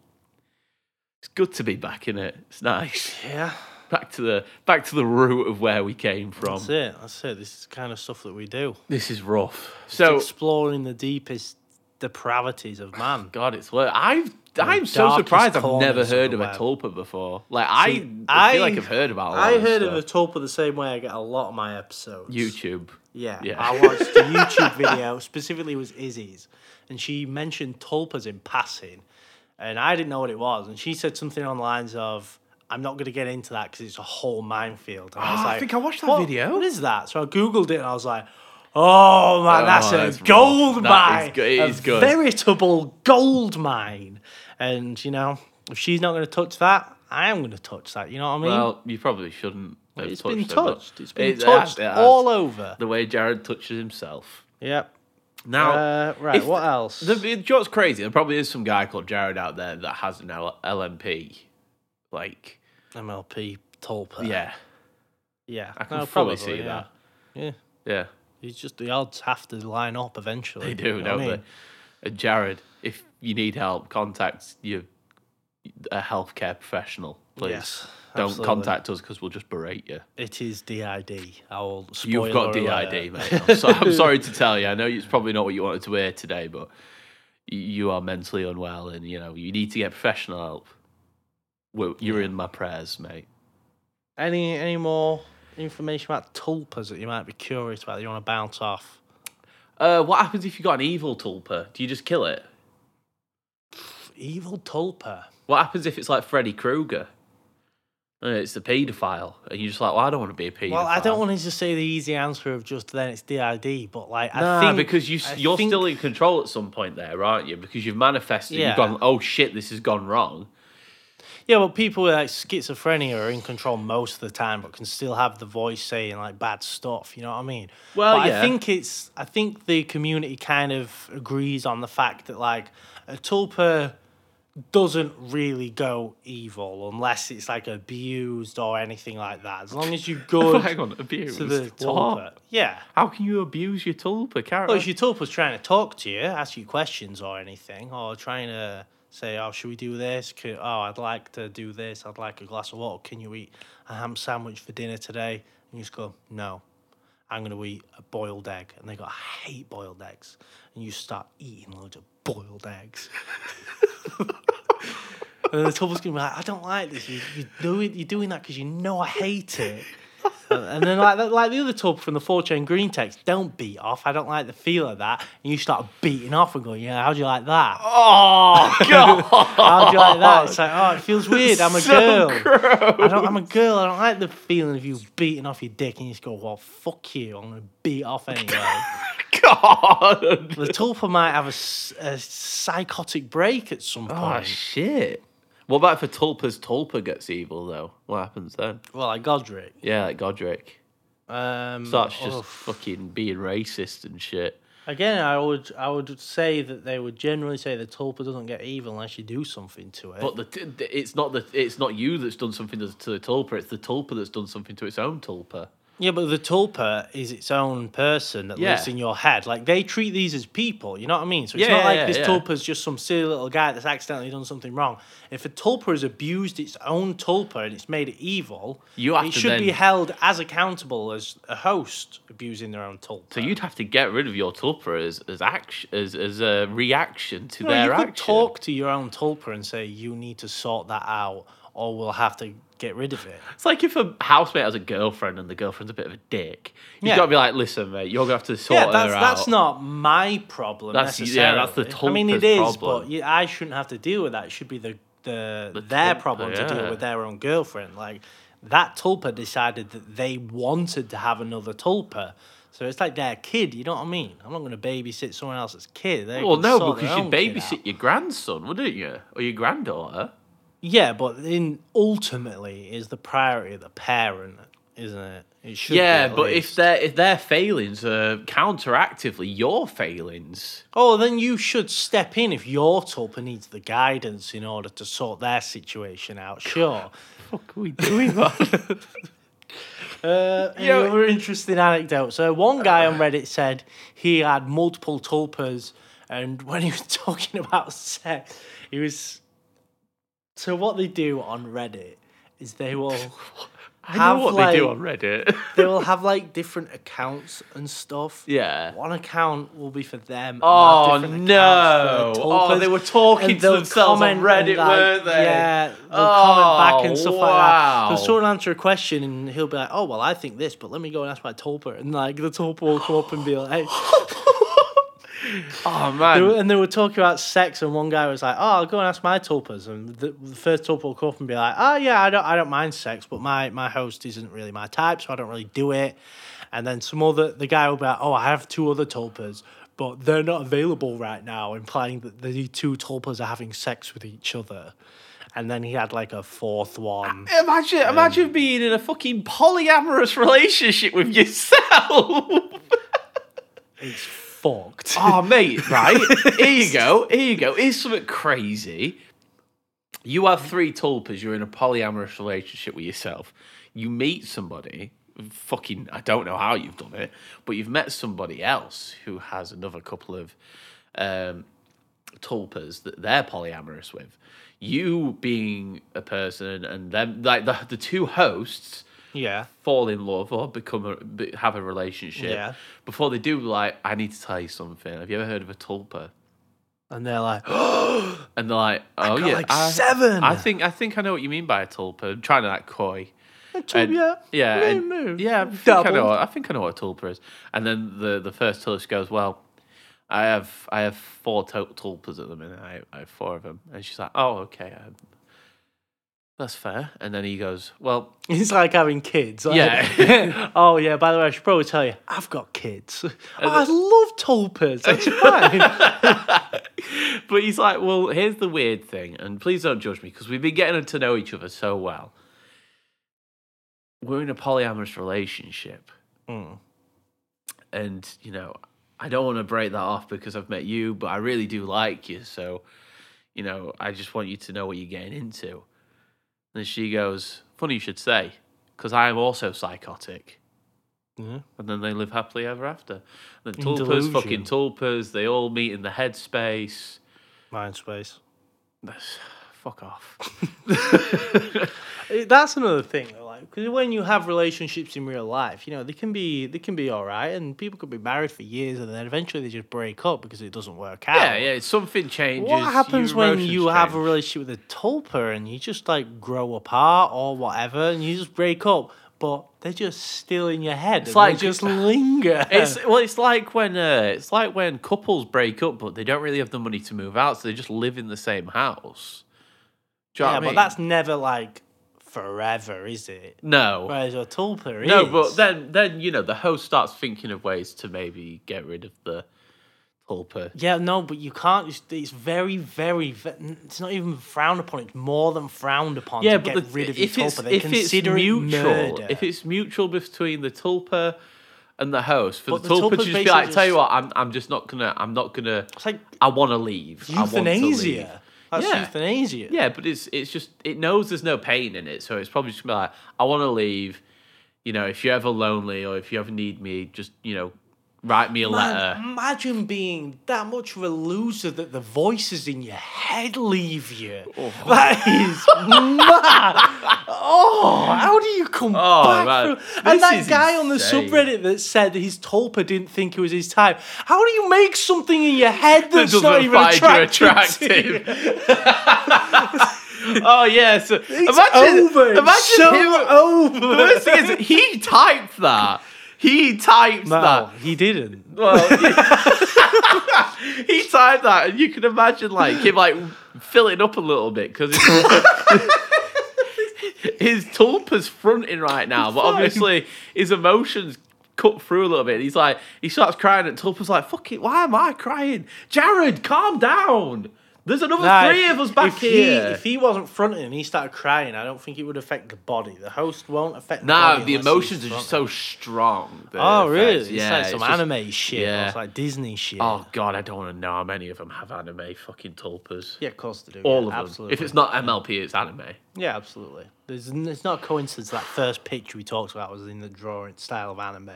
A: It's good to be back in it. It's nice.
B: Yeah,
A: Back to the back to the root of where we came from.
B: that's it. That's it. This is the kind of stuff that we do.
A: This is rough. So
B: exploring the deepest depravities of man.
A: God, it's worth. I've I'm so
B: darkest
A: surprised I've
B: corners
A: never
B: of
A: heard
B: the
A: of a
B: web.
A: tulpa before. Like I, I,
B: I-
A: feel like I've heard about. a lot
B: I
A: of
B: heard
A: stuff.
B: of a tulpa the same way I get a lot of my episodes.
A: YouTube.
B: Yeah,
A: Yeah.
B: I watched a YouTube video specifically it was Izzy's, and she mentioned tulpas in passing, and I didn't know what it was, and she said something on the lines of. I'm not going to get into that because it's a whole minefield. And I was
A: Ah, I
B: like,
A: think I watched that
B: "What-
A: video."
B: What is that? So I googled it and I was like, "Oh man, that's
A: Oh,
B: a
A: that's rough. That
B: gold
A: is
B: mine.
A: good- it
B: a
A: is good.
B: veritable gold mine." And you know, if she's not going to touch that, I am going to touch that. You know what I mean?
A: Well, you probably shouldn't. have
B: it's been
A: touched them, but
B: touched. It's been
A: it- it
B: touched
A: has- it has.
B: all over.
A: the way Jared touches himself.
B: Yep.
A: Now,
B: Uh, right,
A: if-
B: what else?
A: The, the, do you know what's crazy? There probably is some guy called Jared out there that has an L- LMP. Like,
B: MLP Tulpa.
A: yeah,
B: Yeah.
A: I can
B: No,
A: fully
B: probably,
A: see
B: yeah.
A: that.
B: Yeah.
A: Yeah,
B: It's just the odds have to line up eventually.
A: they Uh, do,
B: you know what
A: don't
B: I mean?
A: they? And Jared, if you need help, contact your a healthcare professional, please.
B: Yes,
A: Don't
B: absolutely.
A: contact us because we'll just berate you.
B: It is DID. I'll
A: You've got
B: spoiler
A: DID,
B: alert.
A: mate. I'm, so, I'm sorry to tell you. I know it's probably not what you wanted to hear today, but y- you are mentally unwell, and you know you need to get professional help. Well, you're in my prayers, mate.
B: Any any more information about tulpas that you might be curious about that you want to bounce off?
A: Uh, what happens if you got an evil tulpa? Do you just kill it?
B: Evil tulpa.
A: What happens if it's like Freddy Krueger? Uh, It's the paedophile, and you're just like, well, I don't want to be a paedophile.
B: Well, I don't want to just say the easy answer of just then it's DID, but like
A: Nah,
B: I think
A: because you s-
B: I
A: you're
B: think-
A: still in control at some point there, aren't you? Because you've manifested.
B: Yeah.
A: You've gone, oh shit, this has gone wrong.
B: yeah, but people with like schizophrenia are in control most of the time, but can still have the voice saying like bad stuff. You know what I mean?
A: Well,
B: But
A: yeah.
B: I think it's I think the community kind of agrees on the fact that like a tulpa doesn't really go evil unless it's like abused or anything like that. As long as you go
A: Hang on, abuse.
B: to the Oh,
A: What?
B: tulpa, yeah.
A: How can you abuse your tulpa character?
B: Well, if your tulpa's trying to talk to you, ask you questions or anything, or trying to say, "Oh, should we do this? Could, oh, I'd like to do this. I'd like a glass of water. Can you eat a ham sandwich for dinner today?" And you just go, "No, I'm going to eat a boiled egg." And they go, "I hate boiled eggs." And you start eating loads of boiled eggs. and the tulpa's gonna be like, "I don't like this. You, you do it. You're doing that because you know I hate it." and then like that, like the other tub from the four chain green text, don't beat off. I don't like the feel of that. And you start beating off and going, yeah, how do you like that?
A: oh god!
B: How do you like that? It's like, oh, it feels weird. I'm a
A: So
B: girl. I don't, I'm a girl. I don't like the feeling of you beating off your dick and you just go, well, fuck you. I'm gonna beat off anyway.
A: god!
B: the tulpa might have a, s- a psychotic break at some
A: Oh
B: point.
A: shit! What about if a tulpa's tulpa gets evil though? What happens then?
B: well, like Godric.
A: Yeah, like Godric
B: Um,
A: starts just
B: oh,
A: fucking being racist and shit.
B: Again, I would I would say that they would generally say the tulpa doesn't get evil unless you do something to it.
A: But the, t- the- it's not the it's not you that's done something to, to the tulpa. It's the tulpa that's done something to its own tulpa.
B: Yeah, but the tulpa is its own person that lives
A: Yeah.
B: in your head. Like they treat these as people, you know what I mean? So it's
A: Yeah,
B: not
A: yeah,
B: like
A: yeah,
B: this
A: yeah.
B: tulpa's just some silly little guy that's accidentally done something wrong. If a tulpa has abused its own tulpa and it's made it evil,
A: You have
B: it
A: to
B: should be
A: then-
B: held as accountable as a host abusing their own tulpa.
A: So you'd have to get rid of your tulpa as as action as, as a reaction to
B: No,
A: their
B: you
A: action.
B: could talk to your own tulpa and say you need to sort that out, or we'll have to get rid of it.
A: It's like if a housemate has a girlfriend and the girlfriend's a bit of a dick. You've
B: Yeah.
A: got to be like, listen, mate, you're gonna have to sort
B: yeah, that's
A: her
B: that's
A: out.
B: not my problem
A: That's- yeah,
B: necessarily.
A: that's the
B: I mean, it
A: Tulpa's
B: is,
A: problem.
B: but you, I shouldn't have to deal with that. It should be the the, their
A: Tulpa,
B: problem to deal
A: yeah.
B: with their own girlfriend. Like that Tulpa decided that they wanted to have another Tulpa. So it's like their kid, you know what I mean? I'm not going to babysit someone else's kid. They
A: Well,
B: can
A: no,
B: sort their
A: because you'd
B: own kid out.
A: babysit your grandson, wouldn't you, or your granddaughter?
B: Yeah, but in ultimately is the priority of the parent, isn't it? It should. be
A: Yeah,
B: at
A: but
B: least.
A: if their if their failings are counteractively your failings,
B: Oh, then you should step in if your tulpa needs the guidance in order to sort their situation out. Sure.
A: fuck are we doing? man?
B: Uh, any
A: Yeah.
B: other interesting anecdote? So Uh, one guy on Reddit said he had multiple tulpas, and when he was talking about sex, he was. So what they do on Reddit is they will
A: I know
B: Have,
A: what they do
B: like-
A: on Reddit.
B: they will have like different accounts and stuff.
A: yeah.
B: One account will be for them. and
A: Oh,
B: they'll have different accounts
A: no.
B: for
A: Oh,
B: their
A: they
B: tulpas,
A: were talking
B: and
A: to
B: they'll
A: themselves on
B: comment
A: Reddit,
B: and, like,
A: weren't they?
B: Yeah, they'll
A: Oh,
B: comment back and stuff like
A: wow.
B: that. So someone will answer a question and he'll be like, "Oh well, I think this, but let me go and ask my tulpa." And like the tulpa will come up and be like, hey.
A: Oh
B: they
A: man.
B: were- and they were talking about sex, and one guy was like, "Oh, I'll go and ask my tulpas," and the, the first tulpa will come up and be like, "Oh yeah, I don't, I don't mind sex, but my my host isn't really my type, so I don't really do it." And then some other the guy will be like, "Oh, I have two other tulpas." But they're not available right now, implying that the two tulpas are having sex with each other. And then he had like a fourth one.
A: Imagine,
B: Um,
A: imagine being in a fucking polyamorous relationship with yourself.
B: It's fucked.
A: Oh, mate, right? Here you go. Here you go. Here's something crazy. You have three tulpas. You're in a polyamorous relationship with yourself. You meet somebody. Fucking, I don't know how you've done it, but you've met somebody else who has another couple of um, tulpas that they're polyamorous with. you being a person and them like the, the two hosts
B: Yeah.
A: fall in love or become a, be- have a relationship
B: Yeah.
A: before they do like i need to tell you something have you ever heard of a tulpa
B: And they're like,
A: and they're like oh
B: got,
A: yeah
B: like,
A: I,
B: seven."
A: i think i think i know what you mean by a tulpa i'm trying to like coy
B: "Told
A: And-
B: ya,
A: yeah,
B: no,
A: and-
B: no,
A: yeah. I think I,
B: doubled."
A: know, I think I know what a tulpa is. And then the the first tulip goes, "Well, I have I have four to- tulpas at the minute. I, I have four of them." And she's like, "Oh, okay, um, that's fair." And then he goes, "Well,
B: It's like having kids. like,
A: Yeah.
B: oh yeah. By the way, I should probably tell you, I've got kids. Oh, I love tulpas. That's fine.
A: but he's like, well, here's the weird thing, and please don't judge me because we've been getting to know each other so well. We're in a polyamorous relationship,
B: Hmm,
A: and you know, I don't want to break that off because I've met you, but I really do like you, so you know, I just want you to know what you're getting into. And she goes, "Funny you should say, because I am also psychotic."
B: Yeah.
A: And then they live happily ever after. The
B: In
A: tulpas,
B: delusion.
A: fucking tulpas, they all meet in the headspace.
B: Mind space.
A: That's- Fuck off.
B: Eh, That's another thing though. Like 'cause when you have relationships in real life, you know they can be they can be all right, and people could be married for years, and then eventually they just break up because it doesn't work out.
A: Yeah, yeah. it's Something changes.
B: What happens
A: your
B: when
A: emotions
B: you have a
A: change.
B: relationship with a tulpa and you just like grow apart or whatever, and you just break up, but they're just still in your head. It's
A: like-
B: like just linger.
A: It's well, it's like when uh, it's like when couples break up, but they don't really have the money to move out, so they just live in the same house. Do you know
B: yeah,
A: what I
B: but
A: mean?
B: that's never like forever, is it?
A: no,
B: Whereas a tulpa is.
A: no. But then, then you know, the host starts thinking of ways to maybe get rid of the tulpa.
B: yeah, no, but you can't. It's, it's very, very. ve- It's not even frowned upon. It's more than frowned upon
A: Yeah,
B: to
A: but
B: get
A: the-
B: rid of
A: if
B: your
A: it's
B: tulpa. They
A: if it's
B: consider it
A: mutual,
B: murder.
A: if it's mutual between the tulpa and the host, for
B: But
A: the
B: the
A: tulpa to
B: tulpa's
A: just be like,
B: basically
A: tell you
B: just-
A: what, I'm I'm just not gonna, I'm not gonna.
B: it's like
A: I want to leave. I want to leave.
B: euthanasia. That's
A: Yeah.
B: euthanasia.
A: Yeah, but it's it's just it knows there's no pain in it, so it's probably just gonna be like, I want to leave. You know, if you're ever lonely or if you ever need me, just you know, write me a
B: Man,
A: letter.
B: Um, imagine being that much of a loser that the voices in your head leave you.
A: Oh.
B: That is mad. Oh, how do you come
A: Oh,
B: back
A: man.
B: from? And
A: This is
B: that guy on the
A: insane.
B: subreddit that said that his tulpa didn't think it was his type. How do you make something in your head that's
A: Doesn't
B: not even
A: find you
B: attractive? to you?
A: attractive. oh yeah, so
B: It's
A: imagine
B: over. It's
A: imagine
B: so
A: him. The
B: over.
A: worst thing is he typed that. He typed
B: No,
A: that.
B: he didn't.
A: Well, he typed that, and you can imagine like him like filling up a little bit because his tulpa's fronting right now, but
B: Fine.
A: obviously his emotions cut through a little bit. He's like he starts crying, and tulpa's like, "Fuck it, why am I crying? Jared, calm down. There's another
B: Nah,
A: three of us back
B: if He,
A: here."
B: if he wasn't fronting and he started crying, I don't think it would affect the body. The host won't affect. the
A: no,
B: body
A: the
B: unless
A: emotions
B: he's
A: are just so
B: fronting.
A: strong. that it
B: Oh really?
A: affects- Yeah,
B: it's like some
A: just-
B: anime shit.
A: yeah.
B: Or it's like Disney shit.
A: Oh god, I don't want to know how many of them have anime fucking tulpas.
B: yeah, of course they do.
A: All
B: yeah,
A: of them.
B: absolutely.
A: If it's not MLP, it's anime.
B: yeah, absolutely. There's n- it's not a coincidence that first picture we talked about was in the drawing style of anime.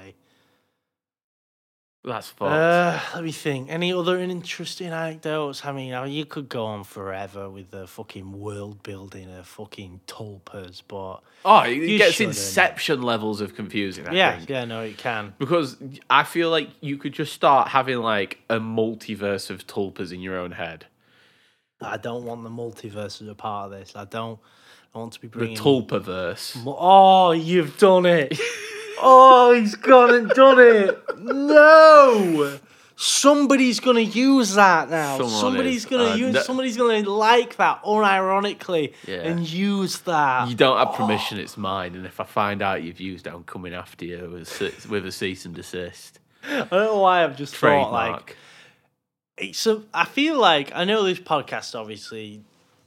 A: That's fucked.
B: Uh, let me think. Any other interesting anecdotes? I mean, I mean, you could go on forever with the fucking world building of fucking tulpas, but
A: oh, it gets
B: shouldn't.
A: inception levels of confusing. I
B: yeah,
A: think.
B: yeah, no, it can.
A: Because I feel like you could just start having like a multiverse of tulpas in your own head.
B: I don't want the multiverse as a part of this. I don't. I want to be
A: The
B: bringing.
A: tulpaverse.
B: oh, you've done it! oh, he's gone and done it! No, somebody's gonna use that now.
A: Someone
B: somebody's
A: is,
B: gonna
A: uh,
B: use.
A: no-
B: somebody's gonna like that unironically
A: Yeah.
B: and use that.
A: You don't have permission, it's mine. And if I find out you've used it, I'm coming after you with a, se- with a cease and desist.
B: Oh, I don't know why I've just
A: Trademark.
B: thought like it's a, I feel like I know this podcast obviously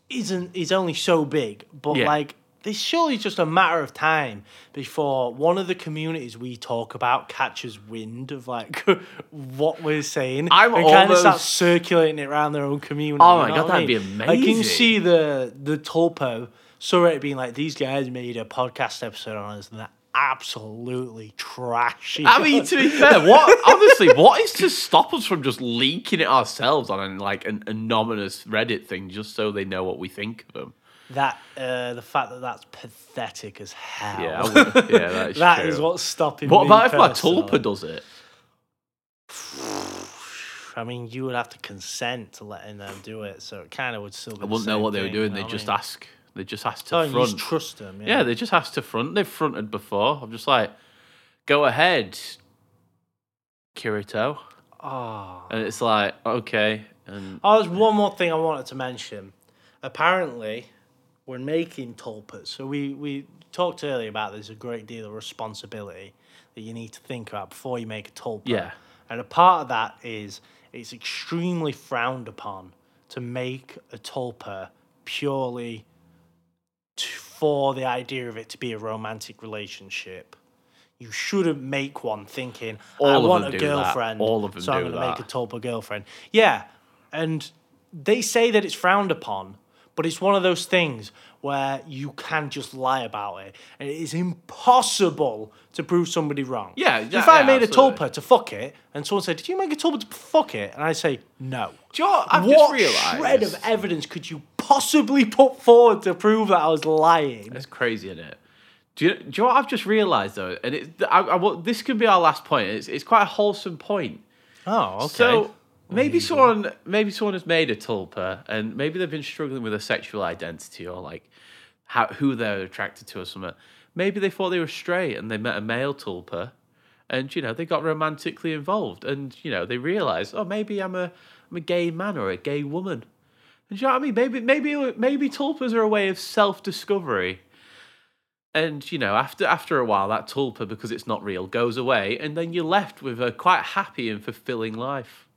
B: isn't is only so big, but
A: Yeah.
B: like this surely is just a matter of time before one of the communities we talk about catches wind of like what we're saying
A: I'm
B: and kind of start
A: almost-
B: circulating it around their own community.
A: Oh my
B: you know
A: God,
B: what I
A: that'd
B: mean?
A: be
B: I
A: amazing.
B: can see the the Tulpo saw it being like these guys made a podcast episode on us and that absolutely trashy.
A: I mean, to be fair, what honestly, what is to stop us from just leaking it ourselves on an, like an anonymous Reddit thing, just so they know what we think of them?
B: that uh, the fact that that's pathetic as hell.
A: Yeah, I would- yeah, that is
B: that
A: true.
B: is what's stopping.
A: What
B: me
A: about if my
B: personally.
A: tulpa does it?
B: I mean, you would have to consent to letting them do it, so it kind of would still. Be
A: I wouldn't know what they were doing. They just
B: asked
A: ask. They just asked to
B: oh, and you
A: front.
B: just trust them. Yeah.
A: yeah, they just asked to front. They've fronted before. I'm just like, go ahead, Kirito,
B: oh.
A: and it's like, okay, and
B: oh, there's one more thing I wanted to mention. Apparently, we're making tulpas, so we we talked earlier about there's a great deal of responsibility that you need to think about before you make a tulpa.
A: yeah,
B: And a part of that is it's extremely frowned upon to make a tulpa purely t for the idea of it to be a romantic relationship. You shouldn't make one thinking, I
A: All of
B: want
A: them
B: a
A: do that.
B: girlfriend,
A: All of them
B: so I'm
A: do
B: going to make a
A: that.
B: tulpa girlfriend. Yeah. And they say that it's frowned upon, but it's one of those things where you can just lie about it. And it is impossible to prove somebody wrong.
A: Yeah,
B: So
A: yeah,
B: if I
A: yeah,
B: made
A: absolutely.
B: a tulpa to fuck it, and someone said, "Did you make a tulpa to fuck it?" and I say, "No."
A: Do you know what e- I've
B: what
A: just realised?
B: shred of evidence could you possibly put forward to prove that I was lying?
A: That's crazy, isn't it? Do you, do you know what I've just realised though? And it, I, I, wa- this could be our last point. It's, it's quite a wholesome point.
B: Oh, okay.
A: So maybe someone, maybe someone has made a tulpa, and maybe they've been struggling with a sexual identity or like how who they're attracted to or something. Maybe they thought they were straight and they met a male tulpa, and you know they got romantically involved, and you know they realised, oh, maybe I'm a I'm a gay man or a gay woman. And do you know what I mean? Maybe maybe maybe tulpas are a way of self discovery. And you know, after after a while, that tulpa because it's not real goes away, and then you're left with a quite happy and fulfilling life.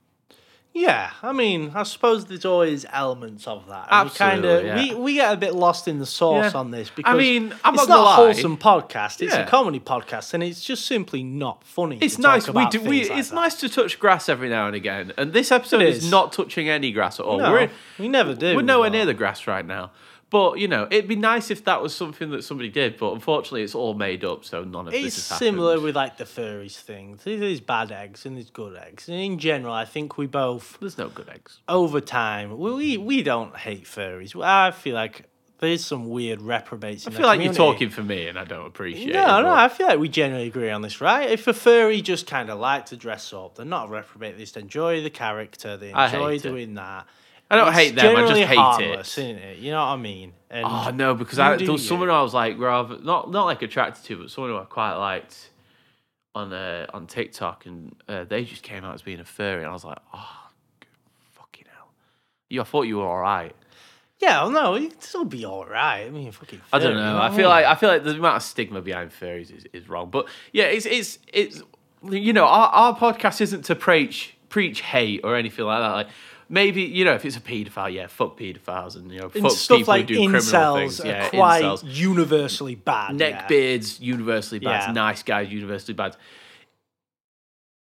B: yeah, I mean, I suppose there's always elements of that. we
A: Absolutely,
B: kind of
A: yeah.
B: we, we get a bit lost in the sauce
A: Yeah.
B: on this
A: I
B: because
A: mean, I'm not
B: it's
A: gonna
B: a
A: lie.
B: wholesome podcast. It's
A: Yeah.
B: a comedy podcast, and it's just simply not funny.
A: It's
B: to talk
A: nice. We
B: about
A: do. We,
B: things like
A: it's
B: that.
A: nice to touch grass every now and again, and this episode
B: It
A: is.
B: is.
A: not touching any grass at all.
B: No,
A: we're
B: we never do.
A: We're nowhere
B: though.
A: near the grass right now. But you know, it'd be nice if that was something that somebody did. But unfortunately, it's all made up, so none of
B: It's
A: this has
B: similar
A: happened.
B: with like the furries thing. There's- There's bad eggs and there's good eggs. And in general, I think we both,
A: There's no good eggs.
B: over time, we we, we don't hate furries. I feel like there's some weird reprobates.
A: I
B: In the
A: feel like you're
B: community.
A: talking for me, and I don't appreciate. it,
B: No, no,
A: but-
B: I feel like we generally agree on this, right? If a furry just kind of like to dress up, they're not a reprobate. They just enjoy the character. They
A: I hate
B: enjoy
A: it.
B: doing that.
A: I don't
B: It's
A: hate them, I just
B: generally
A: hate it.
B: harmless, Isn't it? You know what I mean? And
A: Oh no, because
B: You
A: I,
B: do
A: there was someone
B: you.
A: I was like rather not not like attracted to, but someone who I quite liked on uh, on TikTok, and uh, they just came out as being a furry, and I was like, oh, good fucking hell! You, I thought you were all right.
B: yeah, well, no, it'd still be all right. I mean, fucking.
A: I don't
B: furry, you
A: know.
B: what
A: I
B: mean?
A: feel like I feel like the amount of stigma behind furries is, is wrong, but yeah, it's it's it's you know our, our podcast isn't to preach preach hate or anything like that. Like maybe you know if it's a paedophile, yeah, fuck paedophiles and you know
B: and
A: fuck
B: stuff
A: people
B: like
A: who do criminal
B: incels
A: things.
B: are
A: Yeah,
B: quite
A: incels.
B: universally bad. yeah.
A: neckbeards, universally bad,
B: Yeah.
A: nice guys, universally bad.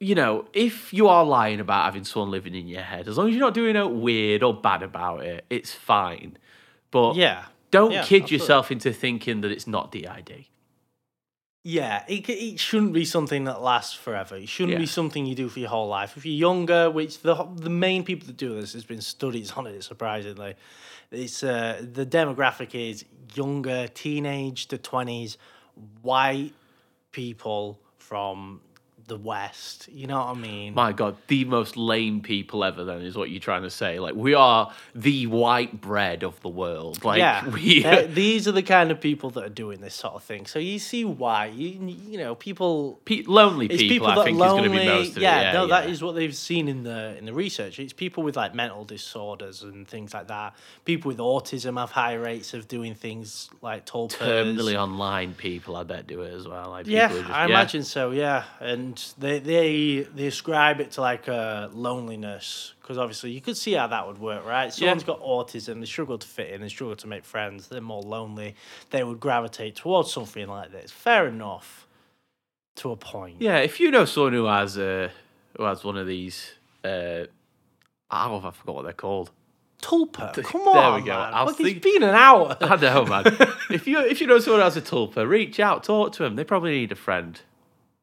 A: You know, if you are lying about having someone living in your head, as long as you're not doing it weird or bad about it, it's fine. But
B: Yeah,
A: don't
B: Yeah,
A: kid
B: absolutely.
A: yourself into thinking that it's not DID.
B: yeah. It, c- it shouldn't be something that lasts forever. It shouldn't be
A: Yeah.
B: something you do for your whole life. If you're younger, which the ho- the main people that do this, there's been studies on it. Surprisingly, it's uh, the demographic is younger, teenage to twenties, white people from the West. You know what I mean?
A: My God, the most lame people ever, then, is what you're trying to say. Like, we are the white bread of the world. Like,
B: yeah,
A: we.
B: they're- these are the kind of people that are doing this sort of thing. So you see why you you know people
A: Pe- lonely
B: it's
A: people,
B: people,
A: I
B: that
A: think,
B: are lonely.
A: is going to be most of
B: yeah,
A: it. Yeah,
B: no,
A: yeah.
B: that is what they've seen in the in the research. It's people with like mental disorders and things like that. People with autism have high rates of doing things like tall
A: Terminally online people, I bet, do it as well. Like,
B: yeah,
A: people who just-
B: I
A: yeah.
B: imagine so. Yeah, and they they they ascribe it to like uh, loneliness because obviously you could see how that would work, right? Someone's got autism, they struggle to fit in, they struggle to make friends, they're more lonely. They would gravitate towards something like this. Fair enough, to a point.
A: Yeah, if you know someone who has uh, who has one of these, uh, oh, I forgot what they're called.
B: Tulpa.
A: Th-
B: Come
A: there
B: on,
A: we go.
B: man.
A: I was
B: Look, it's
A: think-
B: been an hour.
A: I know, man. if you if you know someone else a tulpa, reach out, talk to them. They probably need a friend.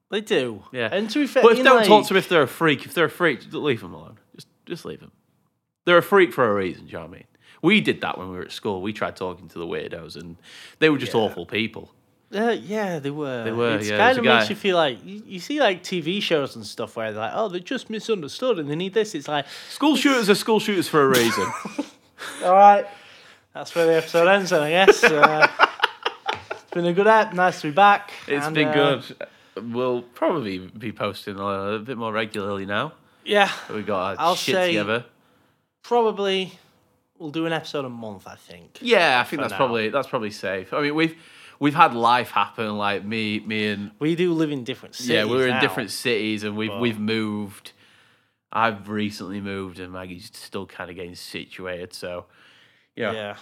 B: They do.
A: Yeah.
B: And to be fair,
A: But if
B: in,
A: don't talk
B: like-
A: to them if they're a freak. If they're a freak, just leave them alone. Just just leave them. They're a freak for a reason. Do you know what I mean? We did that when we were at school. We tried talking to the weirdos, and they were just awful people.
B: Uh, yeah, they were.
A: They were,
B: It's
A: yeah,
B: kind
A: there's
B: of
A: a
B: makes
A: guy-
B: you feel like you, you see like TV shows and stuff where they're like, oh, they're just misunderstood and they need this. It's like,
A: School shooters are school shooters for a reason.
B: all right, that's where the episode ends. Then I guess uh, it's been a good app. Nice to be back.
A: It's
B: and,
A: been
B: uh,
A: good. We'll probably be posting uh, a bit more regularly now.
B: Yeah,
A: that We got our
B: I'll
A: shit
B: say-
A: together.
B: probably we'll do an episode a month. I think.
A: Yeah, I think that's
B: now.
A: probably that's probably safe. I mean, we've we've had life happen. Like me, me and
B: We do live in different cities.
A: yeah, we were in
B: now.
A: different cities, and we've we've moved. I've recently moved, and Maggie's still kind of getting situated. So, yeah,
B: Yeah.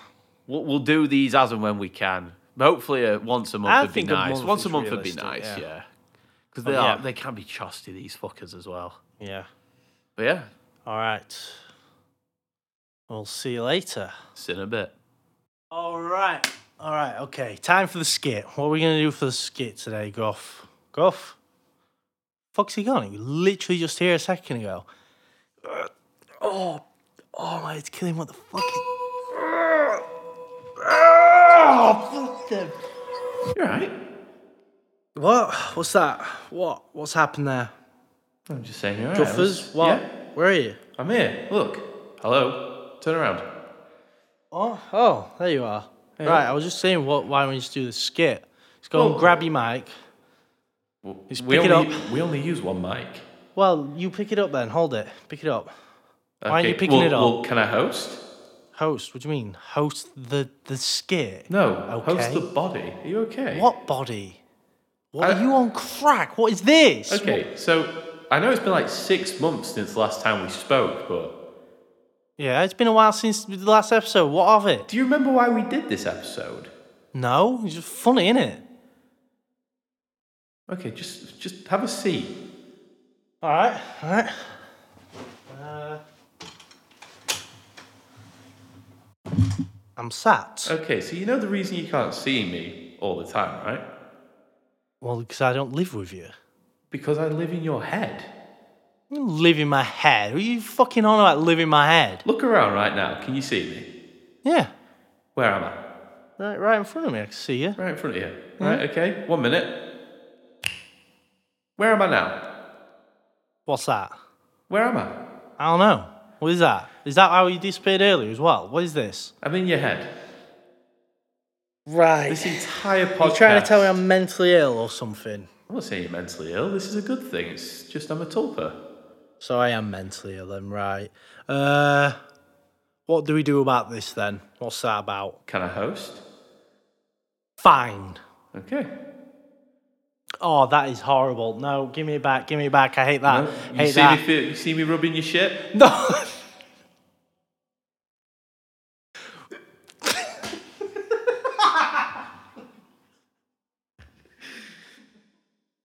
A: We'll, we'll do these as and when we can. Hopefully, uh, once a month
B: I
A: would be
B: think a
A: nice.
B: month
A: Once a
B: is
A: month would be
B: realistic,
A: nice,
B: yeah.
A: yeah. Because they
B: Oh,
A: are
B: yeah.
A: they can be trusty these fuckers as well.
B: Yeah.
A: But yeah,
B: All right. We'll see you later.
A: it's in a bit.
B: All right. All right. Okay. Time for the skit. What are we going to do for the skit today, Goff? Goff? Foxy gone. You literally just here a second ago. Ugh. Oh. Oh, my. It's killing. What the fuck is. Ugh. Oh, fuck them.
A: You're right.
B: What? What's that? What? What's happened there?
A: I'm just saying you're right. I was-
B: Guffers? What?
A: yeah,
B: Where are you?
A: I'm here. Look. Hello. Turn around.
B: Oh, oh, there you are. Right, I was just saying, what? Why don't we just do the skit? Let's go
A: Oh.
B: and grab your mic.
A: we
B: pick it
A: only we only use one mic.
B: Well, you pick it up then. Hold it. Pick it up. Why aren't you picking
A: well-
B: it up?
A: Well, can I host?
B: Host. What do you mean? Host the the skit.
A: No. Host
B: Okay.
A: the body. Are you okay?
B: What body? What
A: I-
B: are you on crack? What is this?
A: Okay. So I know it's been like six months since the last time we spoke, but
B: Yeah, it's been a while since the last episode. What of it?
A: do you remember why we did this episode?
B: No, it's just funny, isn't it?
A: Okay, just just have a seat.
B: All right, all right. Uh, I'm sat.
A: Okay, so you know the reason you can't see me all the time, right?
B: Well, because I don't live with you.
A: Because I live in your head.
B: You live in my head. What are you fucking on about live in my head?
A: Look around right now. Can you see me?
B: Yeah.
A: Where am I?
B: Right, right in front of me, I can see you.
A: Right in front of you.
B: Hmm?
A: Right. Okay. One minute. Where am I now?
B: What's that?
A: Where am I?
B: I don't know. What is that? Is that how you disappeared earlier as well? What is this?
A: I'm in your head.
B: Right.
A: This entire podcast.
B: You're trying to tell me I'm mentally ill or something.
A: I'm not saying you're mentally ill. This is a good thing. It's just I'm a tulpa.
B: So I am mentally ill then, right. Uh what do we do about this then? What's that about?
A: Can I host?
B: Fine.
A: Okay.
B: Oh, that is horrible. No, give me it back, give me it back. I hate that.
A: No, you
B: hate
A: see
B: that.
A: me? Feel, you see me rubbing your shit?
B: No,